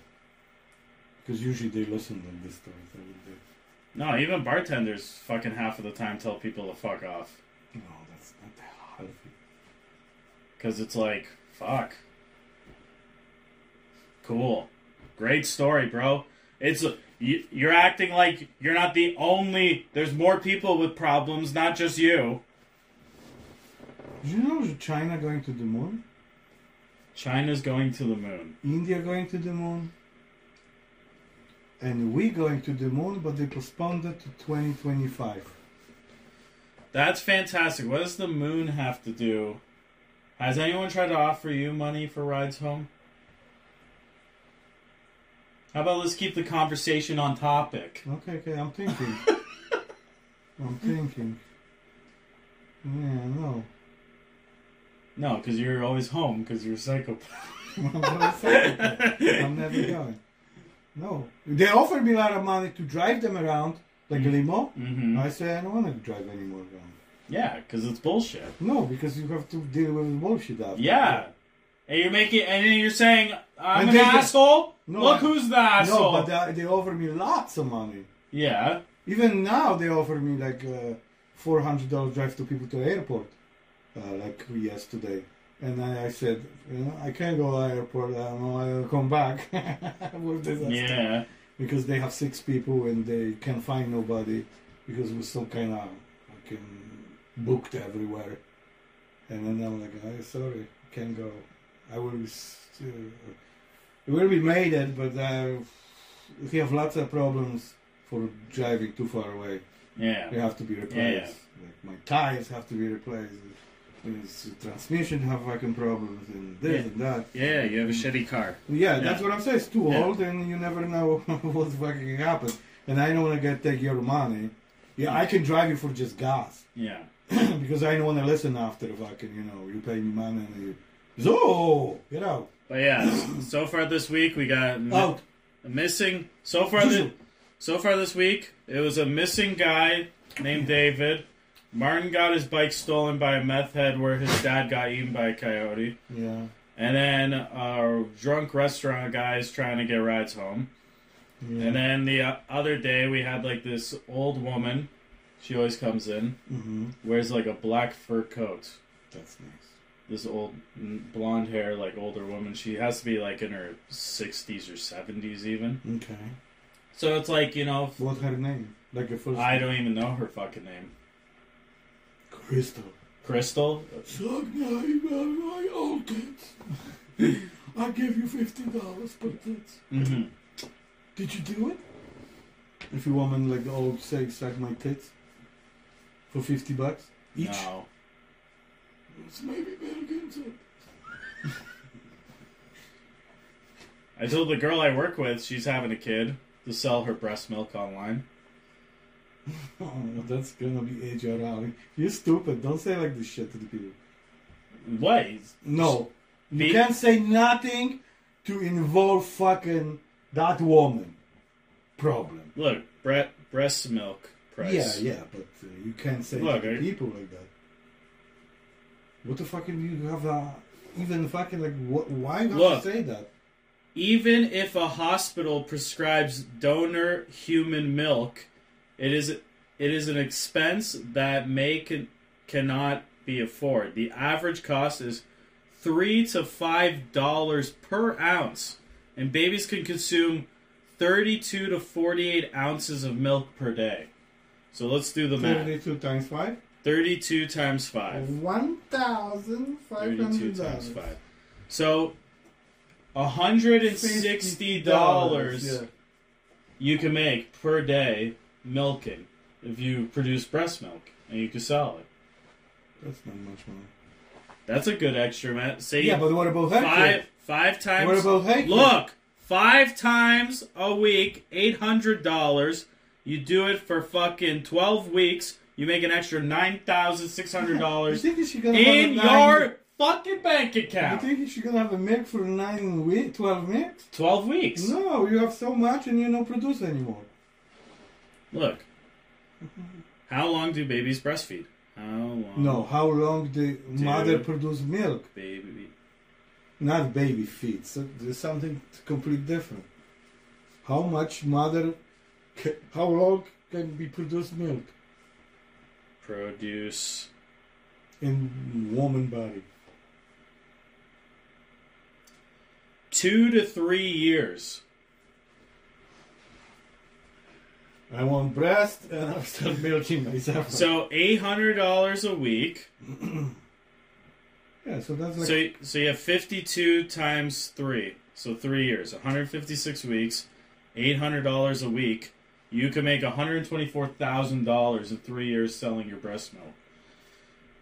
Because usually they listen like this story. so they-
No, even bartenders fucking half of the time tell people to fuck off.
No, that's not that hard.
Because it's like, fuck. Cool. Great story, bro. It's you, you're acting like you're not the only. There's more people with problems, not just you.
Did you know China going to the moon?
China's going to the moon.
India going to the moon, and we going to the moon, but they postponed it to 2025.
That's fantastic. What does the moon have to do? Has anyone tried to offer you money for rides home? How about let's keep the conversation on topic?
Okay, okay, I'm thinking. I'm thinking. Yeah, no.
No, because you're always home because you're a psychopath.
I'm gonna say it. I'm never going. No. They offered me a lot of money to drive them around, like a limo.
hmm
I say I don't want to drive anymore around.
Yeah, because it's bullshit.
No, because you have to deal with the bullshit after.
Yeah. And you're making, and then you're saying, I'm
And
an
they get-
asshole?
No,
Look
I-
who's the asshole.
No, but they, they offer me lots of money.
yeah.
Even now, they offer me like uh, $400 drive to people to airport, uh, like yesterday. And I, I said, you know, I can't go to airport. I know I'll come back. What disaster.
Yeah.
because they have six people and they can find nobody because we're so kind of fucking booked everywhere. And then I'm like, oh, sorry, can't go. I will be still, it will be made it, but uh, we have lots of problems for driving too far away.
Yeah.
They have to be replaced. Like my tires have to be replaced. And it's transmission have fucking problems and this
Yeah.
and that.
Yeah, you have a shitty car.
Yeah,
Yeah.
that's what I'm saying. It's too
Yeah.
old, and you never know what's fucking happen. And I don't want to get take your money. Yeah, I can drive you for just gas
Yeah.
because I don't want to listen after fucking. You know, you pay me money and you. So get out,
But yeah, so far this week we got mi-
out.
a missing. So far, thi- so far this week it was a missing guy named David. Martin got his bike stolen by a meth head, where his dad got eaten by a coyote.
Yeah,
And then a drunk restaurant guy is trying to get rides home.
yeah.
And then the uh, other day we had like this old woman. She always comes in,
hmm
wears like a black fur coat.
That's nice.
this old mm, blonde hair like older woman she has to be like in her 60s or 70s even
Okay.
so it's like you know f-
What's her name? Like a first.
i don't even know her fucking name
Crystal.
crystal
Suck my my old kids. I give you fifty dollars, but that's.
hmm
Did you do it? If you woman like the old say suck my tits for fifty bucks each.
no
It's maybe better against it.
i told the girl i work with she's having a kid to sell her breast milk online
Oh, that's gonna be age your alley. You're stupid. Don't say like this shit to the people.
what
No, you
Be-
can't say nothing to involve fucking that woman. Problem.
look bre- breast milk price
Yeah, yeah, but uh, you can't say
Look,
to
I-
people like that. What the fucking you have uh, even fucking like wh- why you have
Look.
to say that?
even if a hospital prescribes donor human milk it is it is an expense that may can, cannot be afforded the average cost is three to five dollars per ounce and babies can consume 32 to 48 ounces of milk per day so let's do the math
Thirty-two times five.
32 times 5
One thousand five
32
hundred
times
dollars.
5 so $160
Yeah.
you can make per day milking if you produce breast milk and you can sell it.
That's not much money.
That's a good extra, man. Say
Yeah, but what about her?
five five
kid?
times.
What about her? kid?
Look, five times a week, eight hundred dollars. You do it for fucking twelve weeks. You make an extra nine thousand six hundred
You
dollars
think she's gonna
in
have a nine-
your fucking bank
You
account.
think she's gonna have a milk for nine week, twelve weeks?
Twelve weeks.
No, you have so much and you don't produce anymore.
Look, how long do babies breastfeed? How long?
No, how long the mother produce milk?
baby.
Not baby feed. So there's something completely different. How much mother? ca- How long can be produced milk
produce
in woman body?
two to three years.
I want breast and I'll start milking myself.
So eight hundred dollars a week
Yeah, so that's like
So, y- so you have 52 times 3. So 3 years, 156 weeks, $800 a week. You can make $124,000 in 3 years selling your breast milk.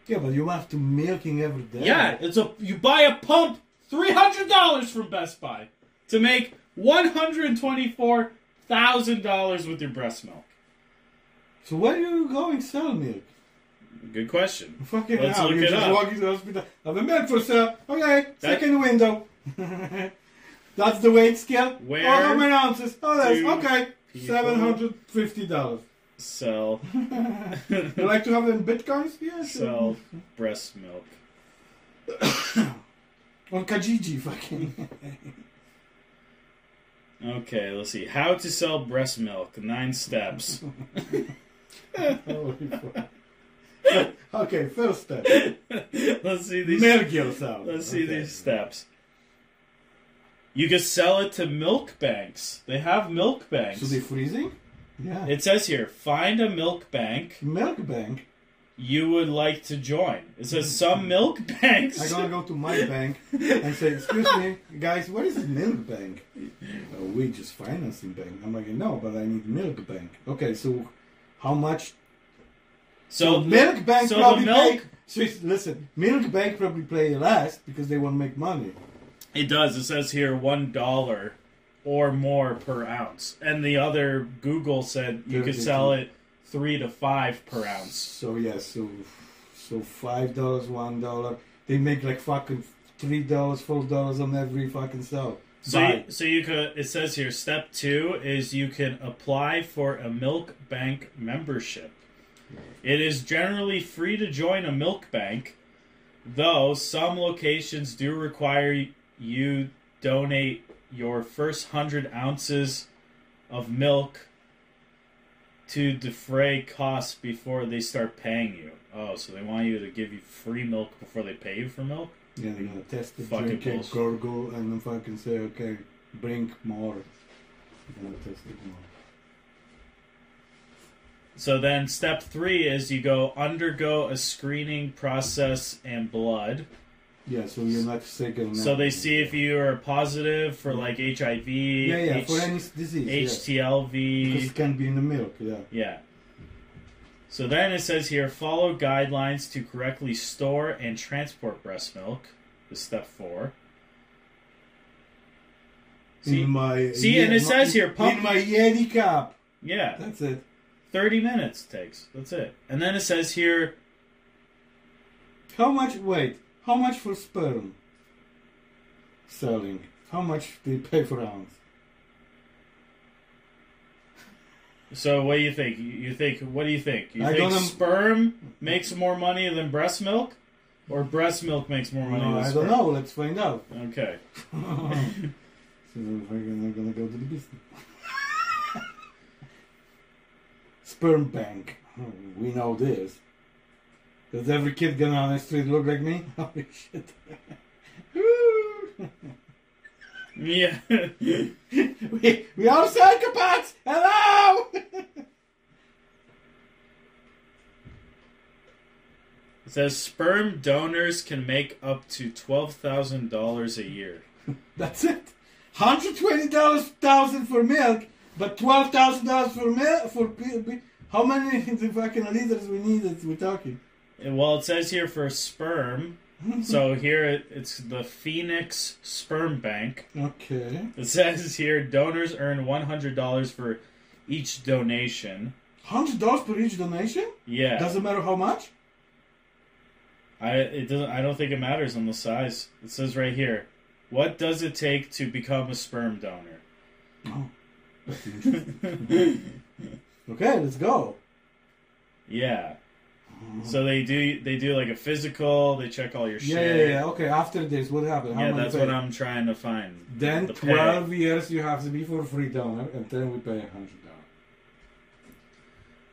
yeah, but you have to milking every day.
Yeah, it's a you buy a pump $300 from Best Buy to make $124,000 with your breast milk.
So where you going sell milk?
Good question.
Fucking
Let's
hell,
look
you
it
just
up.
walk into the hospital. Have a milk for sale. Okay, second window. That's the weight scale.
Where
Oh, how many ounces? Oh, that's
do
okay.
people-
Seven hundred fifty dollars.
Sell
You like to have them bitcoins? Yes.
sell breast milk.
Or Kijiji, fucking.
Okay, let's see. How to sell breast milk. 9 steps.
Holy fuck. okay, first step.
let's see these
Milk yourself.
Let's see
Okay.
these steps. You can sell it to milk banks. They have milk banks.
So they freezing? Yeah.
it says here, find a milk bank
milk bank.
you would like to join. It says some milk banks.
I'm gonna go to my bank and say, excuse me, guys, what is milk bank? Oh, we just financing bank. I'm like, no, but I need milk bank. Okay, so how much?
so
milk bank
so the
probably
milk-
pay. So it's- listen, milk bank probably play less because they want to make money.
it does. It says here one dollar or more per ounce. And the other Google said you could
Thirty-two.
sell it three to five per ounce.
So yeah, so so five dollars, one dollar. They make like fucking three dollars, four dollars on every fucking sale.
So
Buy.
you, so you could it says here step 2 is you can apply for a milk bank membership. It is generally free to join a milk bank, though some locations do require you donate your first 100 ounces of milk to defray costs before they start paying you. Oh, so they want you to give you free milk before they pay you for milk?
Yeah, they're gonna test it,
Fucking
drink it,
bullshit.
gurgle, and then fucking say, okay, bring more. They're gonna test it more.
So then step three is you go undergo a screening process and blood.
Yeah, so you're not sick or
So they
nothing.
see if you are positive for like HIV,
Yeah, yeah,
H-
for any s- disease. yeah. Because
HTLV.
it can be in the milk, yeah.
Yeah. So then it says here follow guidelines to correctly store and transport breast milk is step four. See,
in my
see, and it says here, pump-
in my Yeti cup.
yeah.
That's it.
30 minutes takes. That's it. And then it says here
How much? Wait, how much for sperm? Selling. How much they pay for ounce?
So what do you think? You- You think what do you think? You
I
think
don't am-
sperm makes more money than breast milk, or breast milk makes more money?
No,
than
Uh, I
sperm?
don't know. Let's find out.
Okay.
so then we're gonna go to the business. Sperm bank. We know this. Does every kid gonna on the street look like me? Holy shit.
Yeah.
we, we are psychopaths! Hello!
It says sperm donors can make up to twelve thousand dollars a year.
That's it. Hundred twenty dollars thousand for milk, but twelve thousand dollars for milk for pe- pe- how many fucking liters we need? That we're talking.
And, Well, it says here for sperm. So here it, it's the Phoenix Sperm Bank.
Okay.
It says here donors earn one hundred dollars for each donation.
Hundred dollars per each donation.
Yeah.
Doesn't matter how much.
I it doesn't. I don't think it matters on the size. It says right here, what does it take to become a sperm donor?
No. That's interesting. okay, let's go.
Yeah. So they do. They do like a physical. They check all your
Yeah, yeah,
shit.
yeah, yeah. Okay, after this, what happened? How
Yeah,
much
that's
pay?
what I'm trying to find.
Then
The pay.
twelve years you have to be for free donor, and then we pay hundred dollars.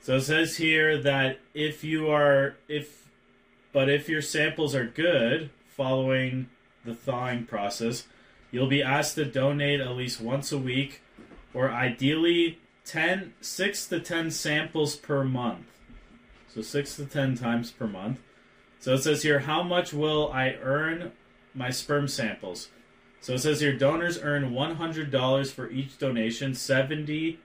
So it says here that if you are if, but if your samples are good following the thawing process, you'll be asked to donate at least once a week, or ideally 10, 6 to ten samples per month. So six to ten times per month, So it says here, how much will I earn my sperm samples? So it says here, donors earn $100 for each donation, $70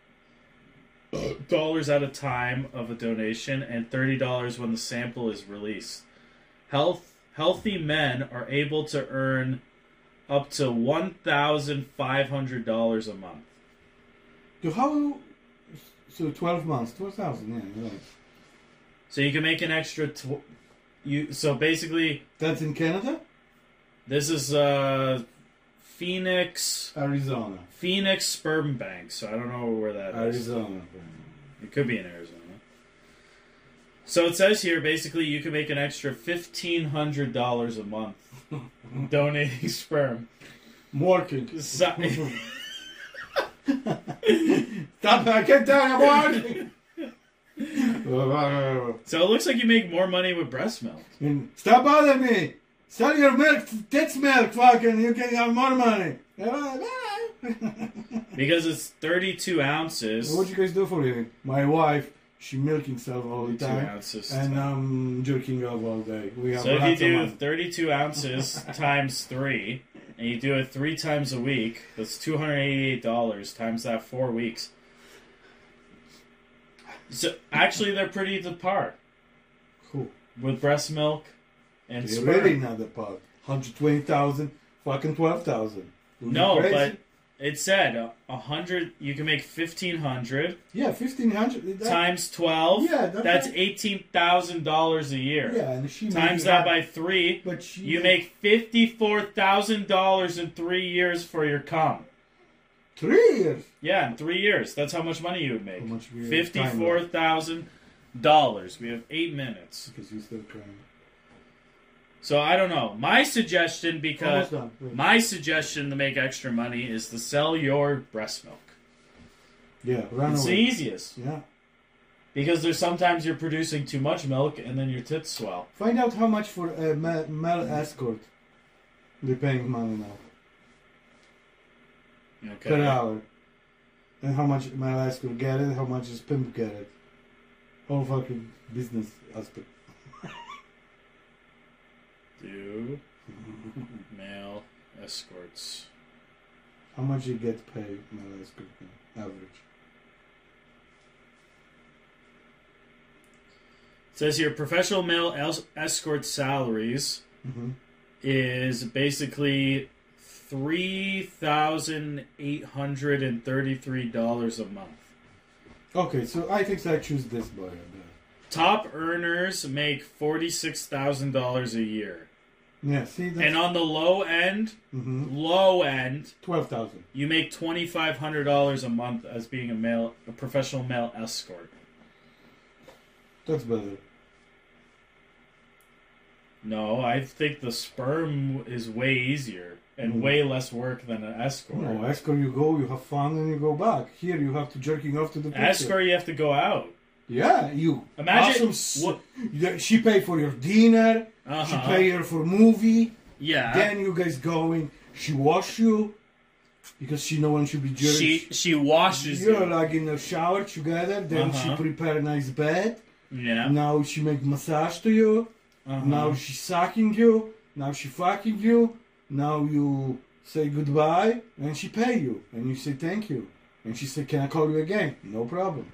at a time of a donation, and $30 when the sample is released. Health, healthy men are able to earn up to $1,500 a month.
So how? So twelve months, twelve thousand. Yeah, you're right.
So you can make an extra. Tw- you so basically
That's in Canada,
this is uh, Phoenix
Arizona,
Phoenix sperm bank. So I don't know where that is.
Arizona.
It could be in Arizona. So it says here basically you can make an extra fifteen hundred dollars a month donating sperm.
Working.
So-
Stop! I can't tell you what.
so it looks like you make more money with breast milk.
And Stop bothering me. Sell your milk, tits milk, fucking. You can have more money. what
Because it's thirty two ounces.
you guys do for a living? My wife, she milking stuff all the
32
time,
ounces.
and I'm jerking off all day. We have
So if you
lots of
do
money.
32 ounces times three, and you do it three times a week, that's $288 times that four weeks. So actually, they're pretty to par
Cool.
with breast milk and
It's
sperm.
really not the part. 120,000, fucking 12,000. Would be
no,
crazy.
but it said a a hundred. You can make fifteen hundred
Yeah, 1,500. That,
times twelve.
Yeah, that-
that's eighteen thousand dollars a year.
yeah, and she
Times
made
that by three,
But she,
you make fifty-four thousand dollars in three years for your cum.
Three years.
Yeah, in three years. That's how much money you would make.
How much we have time
Fifty-four
left?
thousand dollars. We have eight minutes.
Because you still crying.
So I don't know. My suggestion, because
Almost done. Wait.
my suggestion to make extra money is to sell your breast milk.
Yeah, run
It's the
away.
easiest
Yeah.
because there's sometimes you're producing too much milk and then your tits swell.
Find out how much for a ma- male escort they're paying money now
Okay.
per hour. And how much male escort get it, how much is pimp get it. Whole fucking business aspect.
Do male escorts
How much you get paid male escort now, average?
It says here professional male es- escort salaries
hmm
is basically three thousand eight hundred and thirty-three dollars a month.
Okay, so I think I choose this boy. right there.
Top earners make forty-six thousand dollars a year,
Yeah, see that?
and on the low end,
hmm
low end,
12,000.
you make twenty-five hundred dollars a month as being a male, a professional male escort.
That's better.
No, I think the sperm is way easier and
Mm.
way less work than an escort.
No, Oh, escort you go, you have fun, and you go back. Here you have to jerking off to the picture.
escort, you have to go out.
Yeah, you.
Imagine
Awesome.
what.
Yeah, She pay for your dinner. She
Uh-huh.
pay her for movie.
Yeah.
Then you guys going. She wash you because she know when she be jerk.
she she washes
You're
you.
like in the shower together. Then
Uh-huh.
she prepare a nice bed.
Yeah.
Now she make massage to you.
Uh-huh.
Now she sucking you. Now she fucking you. Now you say goodbye and she pay you and you say thank you. And she say, "Can I call you again?" No problem.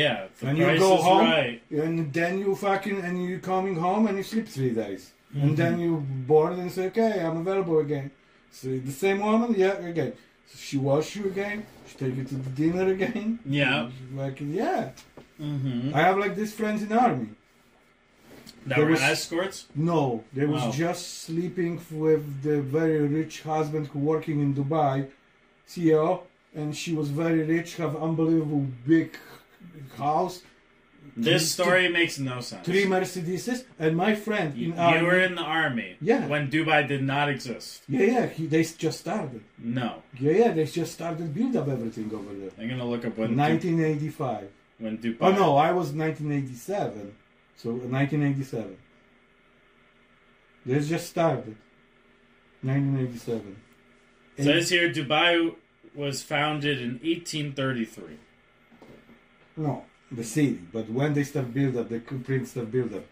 yeah. The
and
price
you go
is
home,
right.
and then you fucking and you coming home and you sleep three days,
Mm-hmm.
and then you bored and say, okay, I'm available again. So the same woman, yeah, again. So she wash you again. She take you to the dinner again.
Yeah.
Like yeah,
Mm-hmm.
I have like these friends in army.
That
there
were
was-
escorts.
No, they was
Wow.
just sleeping with the very rich husband who working in Dubai, CEO, and she was very rich, have unbelievable big house,
This story makes no sense.
three Mercedeses, and my friend
you,
in
you
army.
were in the army.
Yeah.
When Dubai did not exist.
Yeah, yeah, he, they just started.
No.
Yeah, yeah, they just started build up everything over there.
I'm gonna look up when Du-
1985.
when Dubai.
Oh no, I was 1987. So 1987. They just started. 1987.
It says here Dubai was founded in 1833.
No, the city. But when they start build up, the print start build up.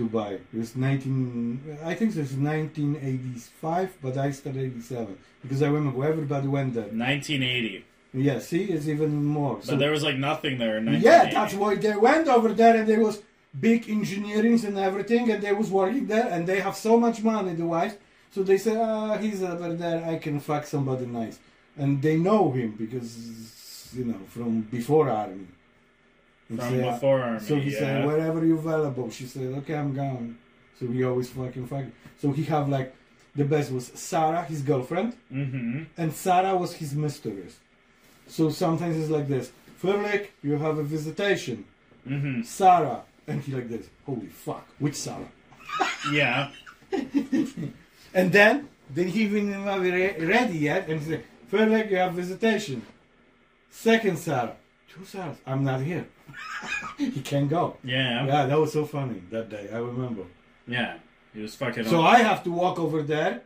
Dubai. It's 19, I think it's 1985, but I started 87 because I remember everybody went there.
1980.
Yeah, see, it's even more.
But there was like nothing there in
yeah,
1980.
that's why they went over there and there was big engineerings and everything, and they was working there, and they have so much money, the wives. So they said, ah, he's over there, I can fuck somebody nice. And they know him because, you know, from before army. And
from
say, "Ah,
before army.
so he
yeah.
said, wherever you're available. She said, okay, I'm gone. So he always fucking fucking. So he have like, the best was Sarah, his girlfriend,
mm-hmm.
and Sarah was his mistress. So sometimes it's like this, Firlik, you have a visitation.
Mm-hmm.
Sarah. And he like this, holy fuck, which Sarah?
Yeah.
And then, then he even not re- ready yet, and he said, Firlik, you have visitation. Second Sarah. Two Sarahs, I'm not here. he can't go.
Yeah. Yeah.
Yeah, that was so funny that day. I remember.
He was fucking.
So I have to walk over there.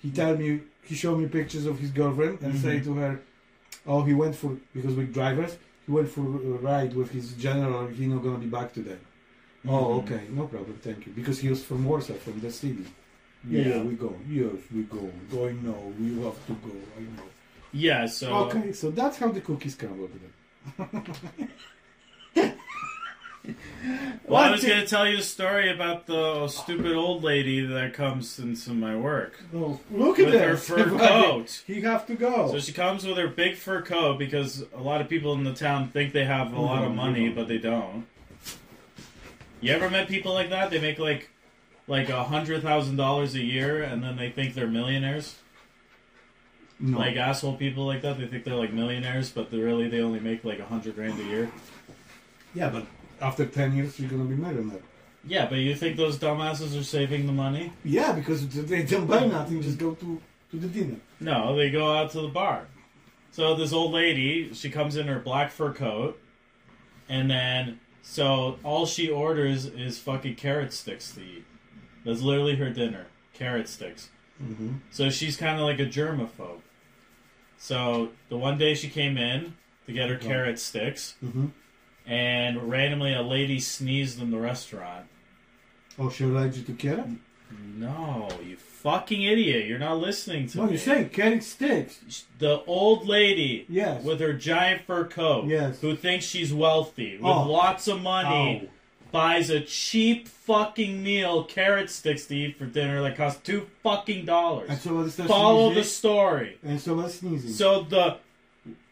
He tell me, he show me pictures of his girlfriend and
Mm-hmm.
say to her, "Oh, he went for because we're drivers. He went for a ride with his general. He not gonna be back today."
Mm-hmm.
Oh, okay, no problem, thank you. Because he was from Warsaw, from the city. Yeah,
Yeah.
we go. Yes, we go. Going now. We have to go. I know.
yeah. So
okay, so that's how the cookies come over there.
Well, I
What
was
the-
going to tell you a story about the stupid old lady that comes into my work.
Oh, look at
With
that.
her fur coat.
He have to go.
So she comes with her big fur coat because a lot of people in the town think they have a lot of money, but they don't. You ever met people like that? They make like like a hundred thousand dollars a year, and then they think they're millionaires.
no.
Like asshole people like that, they think they're like millionaires, but they really they only make like a hundred grand a year.
yeah, but after ten years, you're gonna be millionaire.
Yeah, but you think those dumbasses are saving the money?
Yeah, because they don't buy nothing, just go to, to the dinner.
No, they go out to the bar. So this old lady, she comes in her black fur coat, and then so all she orders is fucking carrot sticks to eat. That's literally her dinner, carrot sticks.
Mhm.
So she's kind of like a germaphobe. So the one day she came in to get her carrot sticks,
Mhm.
and randomly a lady sneezed in the restaurant.
Oh, should I just to carrot?
No, you fucking idiot! You're not listening to
No,
me.
you say carrot sticks.
The old lady
Yes.
with her giant fur coat,
Yes.
who thinks she's wealthy, with
Oh.
lots of money,
Ow.
buys a cheap fucking meal, carrot sticks to eat for dinner that cost two fucking
And
dollars.
so what is that
Follow the
sneezing?
story.
And so what's sneezing?
So the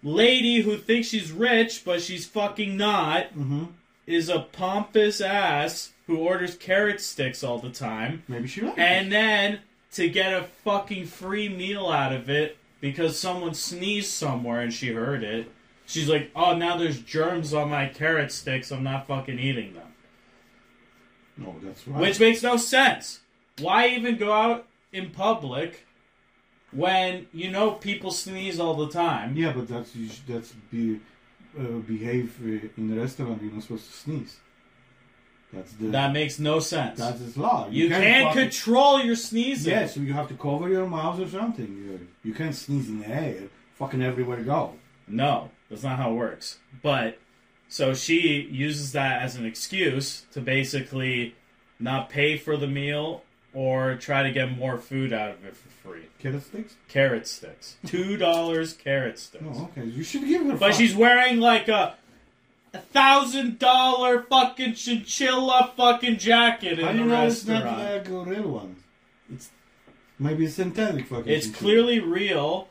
lady who thinks she's rich, but she's fucking not,
hmm
is a pompous ass who orders carrot sticks all the time.
Maybe she likes it.
And then to get a fucking free meal out of it because someone sneezed somewhere and she heard it, she's like, oh, now there's germs on my carrot sticks. I'm not fucking eating them.
No, that's right.
Which makes no sense. Why even go out in public when you know people sneeze all the time?
Yeah, but that's you sh- that's be uh, behave uh, in a restaurant. You're not supposed to sneeze. That's the
That makes no sense.
that is law.
you
can't
can't
fucking-
control your sneezing.
Yeah, so you have to cover your mouth or something. You, you can't sneeze in the air. Fucking everywhere you go.
No, that's not how it works. But so she uses that as an excuse to basically not pay for the meal or try to get more food out of it for free.
Carrot sticks?
Carrot sticks. Two dollars carrot sticks.
No, okay. You should give her.
But
Oh, fuck.
she's wearing like a a thousand dollar fucking chinchilla fucking jacket
How
in
do you
a
know it's not
restaurant.
like a real one? It's maybe it's synthetic fucking.
It's
shit.
clearly real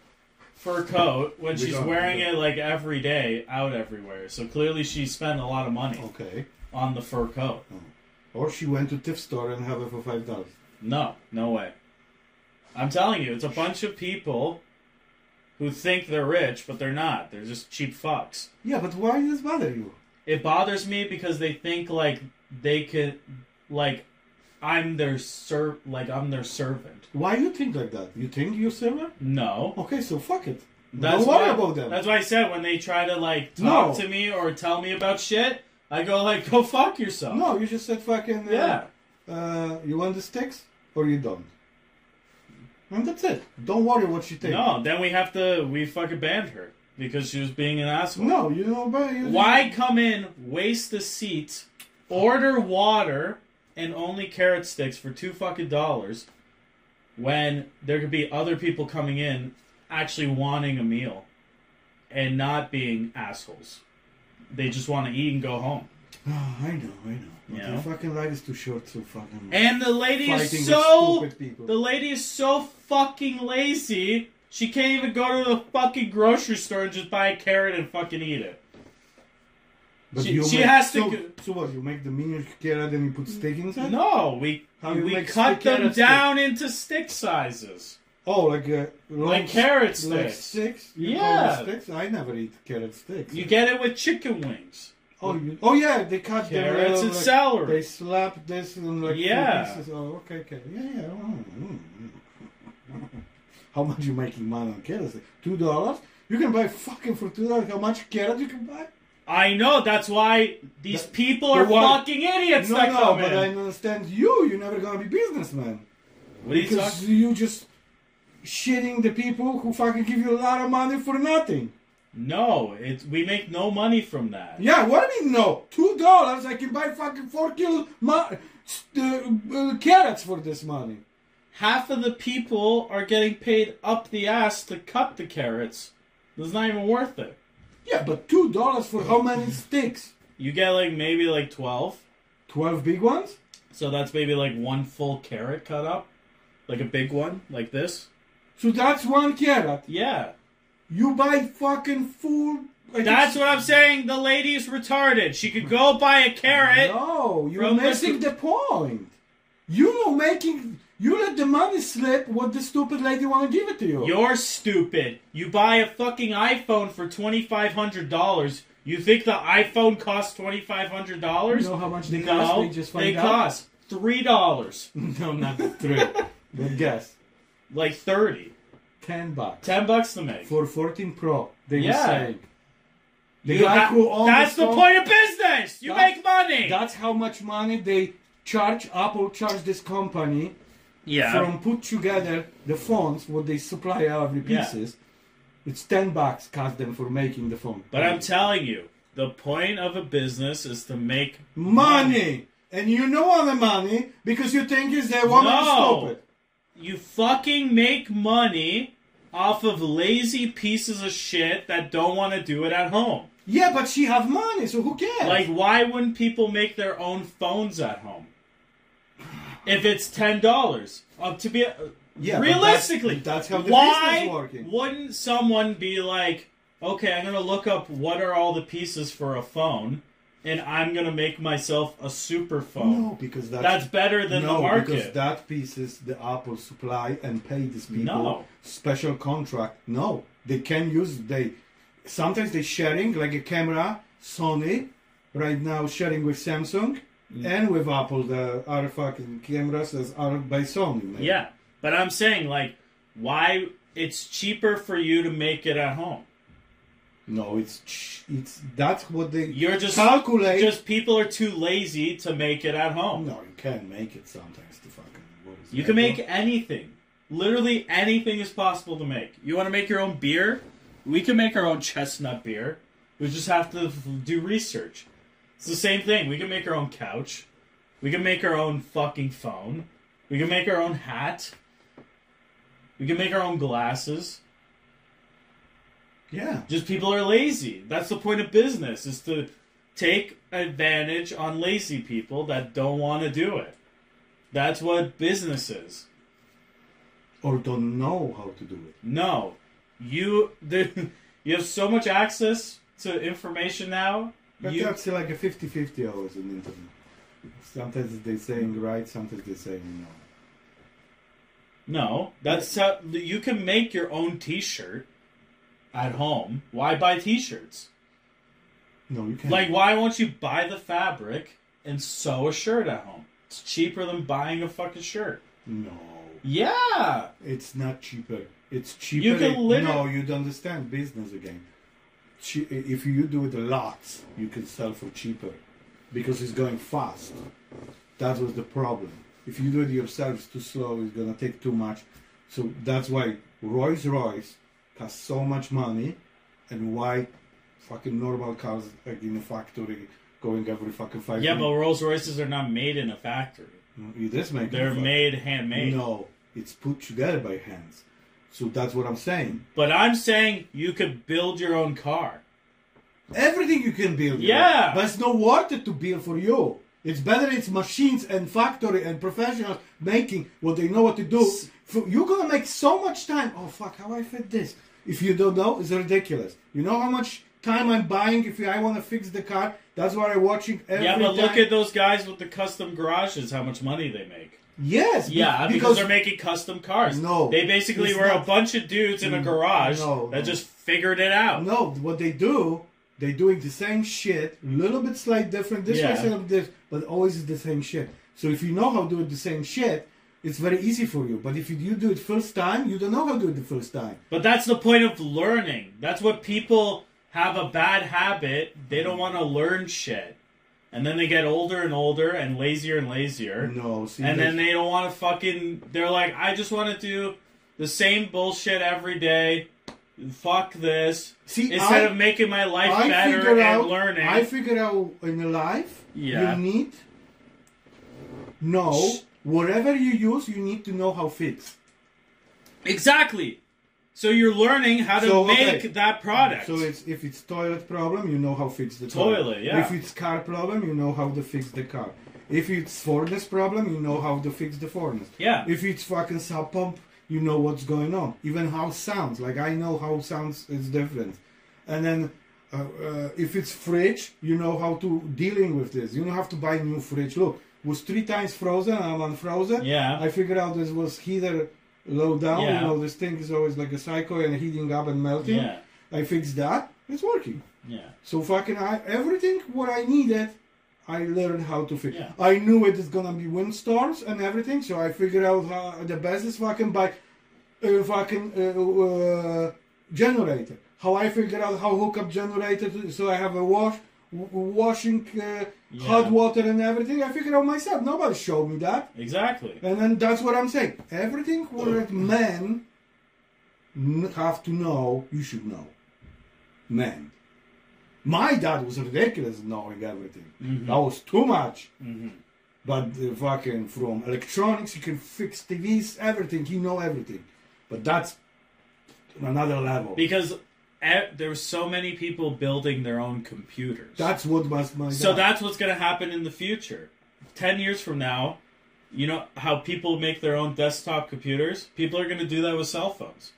fur coat when
We
she's
don't-
wearing it like every day out everywhere. So clearly she spent a lot of money.
Okay.
on the fur coat.
Or she went to thrift store and have it for five dollars.
No, no way. I'm telling you, it's a bunch of people who think they're rich, but they're not. They're just cheap fucks.
Yeah, but why does this bother you?
It bothers me because they think like they could, like I'm their ser, like I'm their servant.
Why you think like that? You think you're silver?
No,
Okay, so fuck it.
that's
Don't worry
why,
about them.
That's why I said when they try to like talk
No.
to me or tell me about shit, I go like, go fuck yourself.
No, you just said fucking. Uh,
Yeah.
Uh, you want the sticks or you don't? And that's it. Don't worry what she takes.
No, then we have to we fucking banned her because she was being an asshole.
No, you know, but you
Why come in, waste the seat, order water, and only carrot sticks for two fucking dollars when there could be other people coming in actually wanting a meal and not being assholes. They just want to eat and go home.
Oh, I know, I know. But
Yeah.
The fucking life is too short to fucking.
And the lady
Fighting
is
with
so
stupid people.
the lady is so fucking lazy. She can't even go to the fucking grocery store and just buy a carrot and fucking eat it.
But
She-
you
she
make,
has to
so,
go-
So what? You make the miniature carrot and you put steak inside?
No, we
How do you
we
make
cut
stick
them
carrot
down into stick sizes.
Oh, like uh, long
Like carrot
s- Like
sticks.
sticks? You call them
Yeah.
Sticks? I never eat carrot sticks.
You get it with chicken wings,
oh, you, oh yeah, they cut them,
carrots, and
uh, like, They
celery.
slap this and like two
Yeah.
pieces. Oh, okay, okay. Yeah, yeah. Mm, mm, mm. How much you making money on carrots? Two dollars? You can buy fucking for two dollars. How much carrot you can buy?
I know that's why these
That-
people are
the one-
fucking idiots
no,
that
no.
come
But
in.
I understand you. You're never gonna be businessman
what are you
because
talking?
you just shitting the people who fucking give you a lot of money for nothing.
No, it we make no money from that.
Yeah, what do you mean no? Two dollars, I can buy fucking four kilo ma- st- uh, carrots for this money.
Half of the people are getting paid up the ass to cut the carrots. It's not even worth it.
Yeah, but two dollars for how many sticks?
You get like maybe like twelve,
Twelve big ones?
so that's maybe like one full carrot cut up, like a big one, like this.
So that's one carrot.
Yeah,
You buy fucking full. Like
that's what I'm saying. The lady's retarded. She could go buy a carrot.
No, you're
From the
missing the point. You know, making you let the money slip. What the stupid lady want to give it to you?
You're stupid. You buy a fucking iPhone for twenty five hundred dollars. You think the iPhone costs twenty five hundred dollars?
You know how much they cost?
No,
We just
they
find out.
cost three dollars,
No, not the three. but guess
like thirty.
ten bucks.
Ten bucks to make.
for 14 Pro. They
Yeah.
were saying. The
You
guy
ha-
who owns
that's the
phone-
point of business. You
That's-
make money.
That's how much money they charge Apple charge this company
yeah,
from put together the phones what they supply every
Yeah.
pieces. It's 10 bucks cost them for making the phone.
but I'm telling you, the point of a business is to make
money. And you know what the money because you think is they want to
No.
stop it.
You fucking make money off of lazy pieces of shit that don't want to do it at home.
Yeah, but she have money, so who cares?
Like, why wouldn't people make their own phones at home? If it's ten dollars, up to be uh,
Yeah, but
realistically,
that's- that's how the
why
business working.
wouldn't someone be like, okay, I'm gonna look up what are all the pieces for a phone, and I'm gonna make myself a super phone.
no, because that's,
that's better than
no,
the
because
market.
that piece is the Apple supply and pay these people
No.
special contract. No, they can use they. Sometimes they sharing like a camera. Sony right now sharing with Samsung
Mm.
and with Apple. The other fucking cameras is are by Sony. man.
yeah, but I'm saying like, why it's cheaper for you to make it at home.
No, it's ch- it's that's what they
You're just
calculate.
just people are too lazy to make it at home.
no, you can make it sometimes. To fucking what is
You
that?
can make anything. Literally anything is possible to make. You want to make your own beer? We can make our own chestnut beer. We just have to f- do research. It's the same thing. We can make our own couch. We can make our own fucking phone. We can make our own hat. We can make our own glasses.
yeah.
Just people are lazy. That's the point of business is to take advantage on lazy people that don't want to do it. That's what business is.
Or don't know how to do it.
No, you there, you have so much access to information now.
But
You,
that's like a 50-50 hours on internet. Sometimes they saying right, sometimes they saying no.
no, that's how you can make your own T-shirt at home. Why buy T-shirts?
No, you can't.
Like, why won't you buy the fabric and sew a shirt at home? It's cheaper than buying a fucking shirt.
no,
Yeah,
it's not cheaper. It's cheaper.
can literally-
No, you don't understand business again. Che- if you do it a lot, you can sell for cheaper because it's going fast. That was the problem. If you do it yourself, it's too slow. It's gonna take too much. So that's why Rolls Royce has so much money, and why fucking normal cars like in the factory going every fucking five
Yeah, but
minutes.
Rolls Royces are not made in a factory.
It is making
They're
fuck.
made handmade.
No, it's put together by hands. So that's what I'm saying.
But I'm saying you could build your own car.
Everything you can build. you know,
Yeah.
But it's not worth it to build for you. It's better it's machines and factory and professionals making what they know what to do. For, you're gonna make so much time. Oh fuck, how I fit this? If you don't know, it's ridiculous. You know how much time I'm buying if I wanna fix the car? That's why I'm watching every
yeah, but look
time.
at those guys with the custom garages, how much money they make.
Yes, be-
Yeah, because, they're making custom cars.
No,
They basically
it's
were a
not- Mm.
bunch of dudes in a garage
no,
that
no.
just figured it out.
No, what they do, they're doing the same shit, little bit slight different, this
Yeah.
way, slight this, but always is the same shit. So if you know how to do it the same shit, it's very easy for you. But if you, you do it first time, you don't know how to do it the first time.
But that's the point of learning. That's what people have a bad habit. They don't want to learn shit. And then they get older and older and lazier and lazier.
No, see,
and
there's-
then they don't want to fucking. They're like, I just want to do the same bullshit every day. Fuck this.
see,
Instead
I,
of making my life
I
better
figure
and
out,
learning.
I figure out in life,
Yeah.
you need know
Sh-
whatever you use, you need to know how fits.
exactly. So you're learning how to
So, okay.
make that product.
So it's if it's toilet problem, you know how to fix the
Toilet, yeah.
If it's car problem, you know how to fix the car. If it's furnace problem, you know how to fix the furnace.
yeah.
If it's fucking sub pump, you know what's going on. Even how sounds, like I know how sounds is different. And then uh, uh, if it's fridge, you know how to dealing with this. You don't have to buy new fridge. Look, was three times frozen. I'm unfrozen.
Yeah.
I figured out this was heater low down.
Yeah.
You know this thing is always like a cycle and heating up and melting.
yeah.
I fixed that. It's working.
Yeah.
So fucking I everything what I needed, I learned how to fix.
Yeah.
I knew it is gonna be windstorms and everything, so I figured out how the best is fucking by uh, fucking uh, uh, generator. How I figured out how hook up generator to, so I have a wash, w- washing uh,
Yeah.
hot water and everything. I figured out myself. Nobody showed me that.
Exactly.
And then that's what I'm saying. Everything what men n- have to know, you should know. Men. My dad was ridiculous knowing everything.
Mm-hmm.
That was too much. But uh, fucking from electronics, you can fix TVs, everything. You know everything. But that's another level.
Because eh, there were so many people building their own computers.
That's what was my.
so
dad.
that's what's going to happen in the future. 10 years from now, you know how people make their own desktop computers? People are going to do that with cell phones.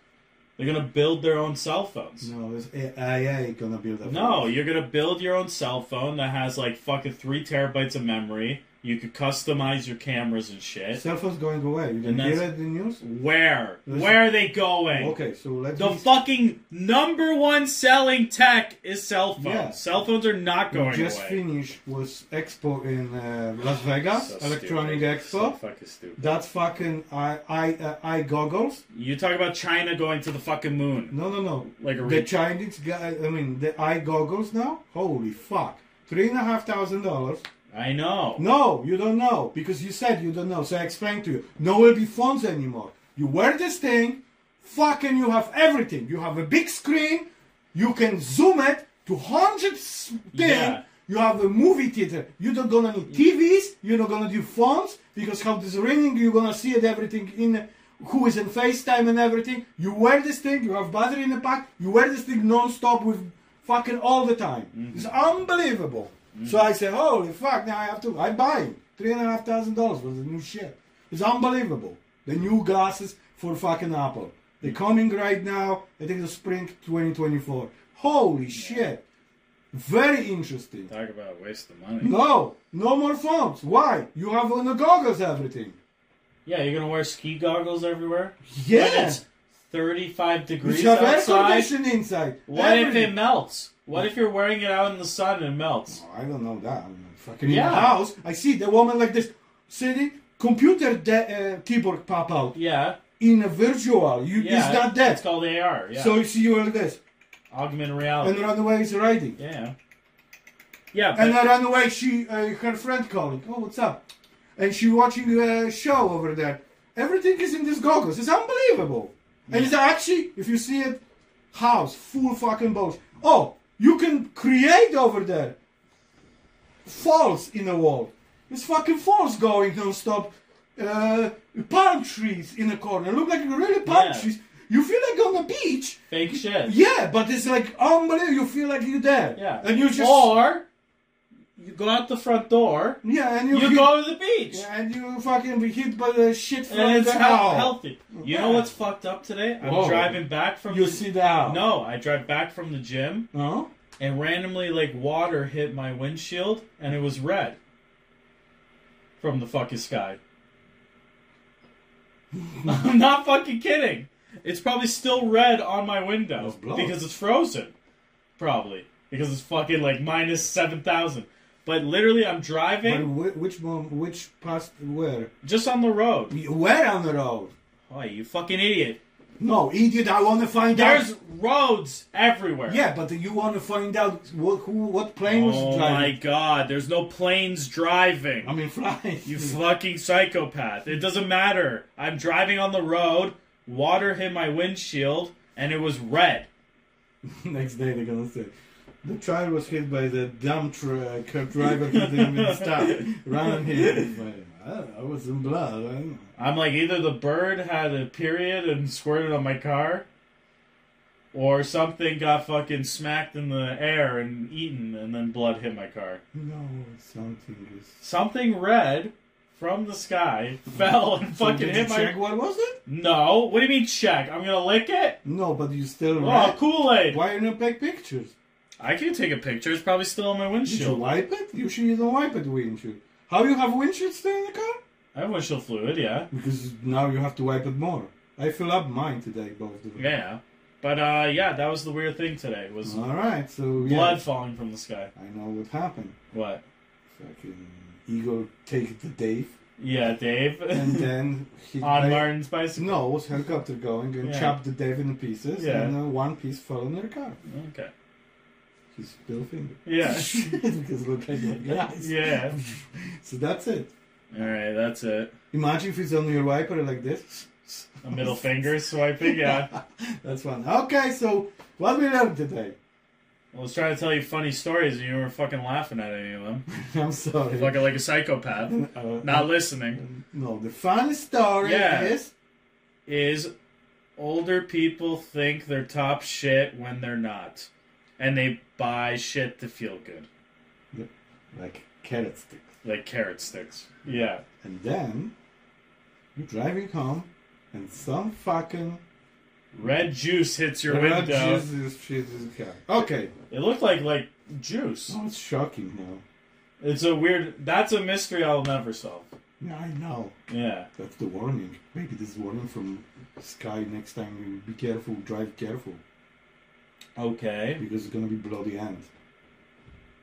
They're going to build their own cell phones.
No, it's AI gonna build that.
No, you're gonna build your own cell phone that has like fucking three terabytes of memory. You could customize your cameras and shit.
Cell phone's going away. You
And
didn't hear
that's-
it in the news?
Where?
Listen.
Where are they going?
Okay, so let's.
The fucking number one selling tech is cell phones.
Yeah.
Cell phones are not
We
going
just
away.
finished was expo in uh, Las Vegas,
So
electronic
stupid.
expo.
So fucking stupid.
That's fucking eye eye uh, eye goggles.
You talk about China going to the fucking moon.
No, no, no.
Like a
the
re-
Chinese guy. I mean, the eye goggles now. Holy fuck! Three and a half thousand dollars.
I know.
No, you don't know because you said you don't know. So I explained to you. No will be phones anymore. You wear this thing, fucking you have everything. You have a big screen. You can zoom it to hundreds thing.
Yeah.
You have a movie theater. You don't gonna need TVs. You're not gonna do phones because how this ringing you're gonna see it everything in who is in FaceTime and everything. You wear this thing. You have battery in the pack. You wear this thing non-stop with fucking all the time. It's unbelievable. So I say, holy fuck! Now I have to. I buy it. Three and a half thousand dollars was the new shit. It's unbelievable. The new glasses for fucking Apple. They're coming right now. I think the spring 2024. Holy shit! Very interesting.
Talk about a waste of money.
No, no more phones. Why? You have on the goggles everything.
Yeah, you're gonna wear ski goggles everywhere. When
Yeah.
it's 35
You
degrees
have air
outside.
conditioning inside.
What if
Everything.
it melts? What if you're wearing it out in the sun and it melts?
Oh, I don't know that. I'm fucking in
Yeah.
the house. I see the woman like this sitting. Computer de- uh, keyboard pop out
Yeah.
in a virtual. You
yeah.
is not
It's
that.
called AR. Yeah.
So you see you like this,
augmented reality.
and run away is riding.
yeah. Yeah, but
And I run away. She, uh, her friend calling. Oh, what's up? And she watching a show over there. Everything is in these goggles. It's unbelievable. And it's actually, if you see it, house full fucking balls. Oh, you can create over there. falls in the wall. There's fucking falls going non-stop. Uh, palm trees in the corner. Look like really palm
Yeah.
trees. You feel like on the beach.
Fake shit.
Yeah, but it's like unbelievable. You feel like you're there.
Yeah.
And you just.
Or you go out the front door,
Yeah, and you.
you
hit-
go to the beach.
Yeah, and you fucking be hit by the shit from
And it's
the
hel-
owl.
healthy. You know what's fucked up today? I'm
Whoa.
driving back from
You
the
see the owl.
No, I drive back from the gym
No?
and randomly like water hit my windshield and it was red. From the fucking sky. I'm not fucking kidding. It's probably still red on my window
It's blood.
because it's frozen. Probably. Because it's fucking like minus 7,000. But literally, I'm
But
driving
whi- which one? Which past? Where?
just on the road.
Where on the road?
Oh, you fucking idiot.
No, idiot! I want to find
There's
out.
roads everywhere.
Yeah, but you want to find out what, who, what plane was
Oh my
driving.
god, there's no planes driving.
I mean, flying.
You fucking psychopath. It doesn't matter. I'm driving on the road, water hit my windshield, and it was red.
Next day they're gonna say. The child was hit by the dump truck driver who didn't even stop. Ran hit. uh, I, I was in blood. I don't know.
I'm like, either the bird had a period and squirted on my car, or something got fucking smacked in the air and eaten, and then blood hit my car.
No, something is.
Something red from the sky fell and fucking
Did
hit
you
my.
check what was it?
No, what do you mean check? I'm gonna lick it?
No, but you still.
Oh,
Right.
Kool Aid.
Why you not take pictures?
I can take a picture. It's probably still on my
Did you
windshield.
wipe it? Usually you don't wipe it windshield. How you have windshield still in the car?
I have windshield fluid, yeah.
Because now you have to wipe it more. I fill up mine today, both of them.
Yeah. But uh yeah, that was the weird thing today was
All right, so yeah,
blood falling from the sky.
I know what happened.
What?
Fucking Eagle take it to Dave,
Yeah, Dave.
and uh, then he
on
ba-
Martin's bicycle.
no, was helicopter going and
Yeah.
chopped the Dave in pieces,
Yeah.
and uh, one piece fell on their car.
Okay.
His little finger.
Yeah.
because it looked like that guys.
yeah.
So that's it.
Alright, that's it.
Imagine if it's on your wiper like this.
A middle finger swiping, yeah.
That's one. Okay, so what we learned today.
I was trying to tell you funny stories and you were fucking laughing at any of them.
I'm sorry.
Fucking like a psychopath.
Uh, um,
Not listening.
No, the funny story
Yeah.
is
Is older people think they're top shit when they're not. And they buy shit to feel good.
like carrot stick.
Like carrot sticks. Yeah.
And then you're driving home and some fucking
Red juice hits your
red
window.
juice is shit is car. Okay.
It looked like like juice.
Oh, it's shocking now.
It's a weird. That's a mystery I'll never solve.
Yeah, I know.
Yeah.
That's the warning. Maybe this is warning from Sky next time you be careful, drive careful.
Okay.
Because it's gonna be bloody end.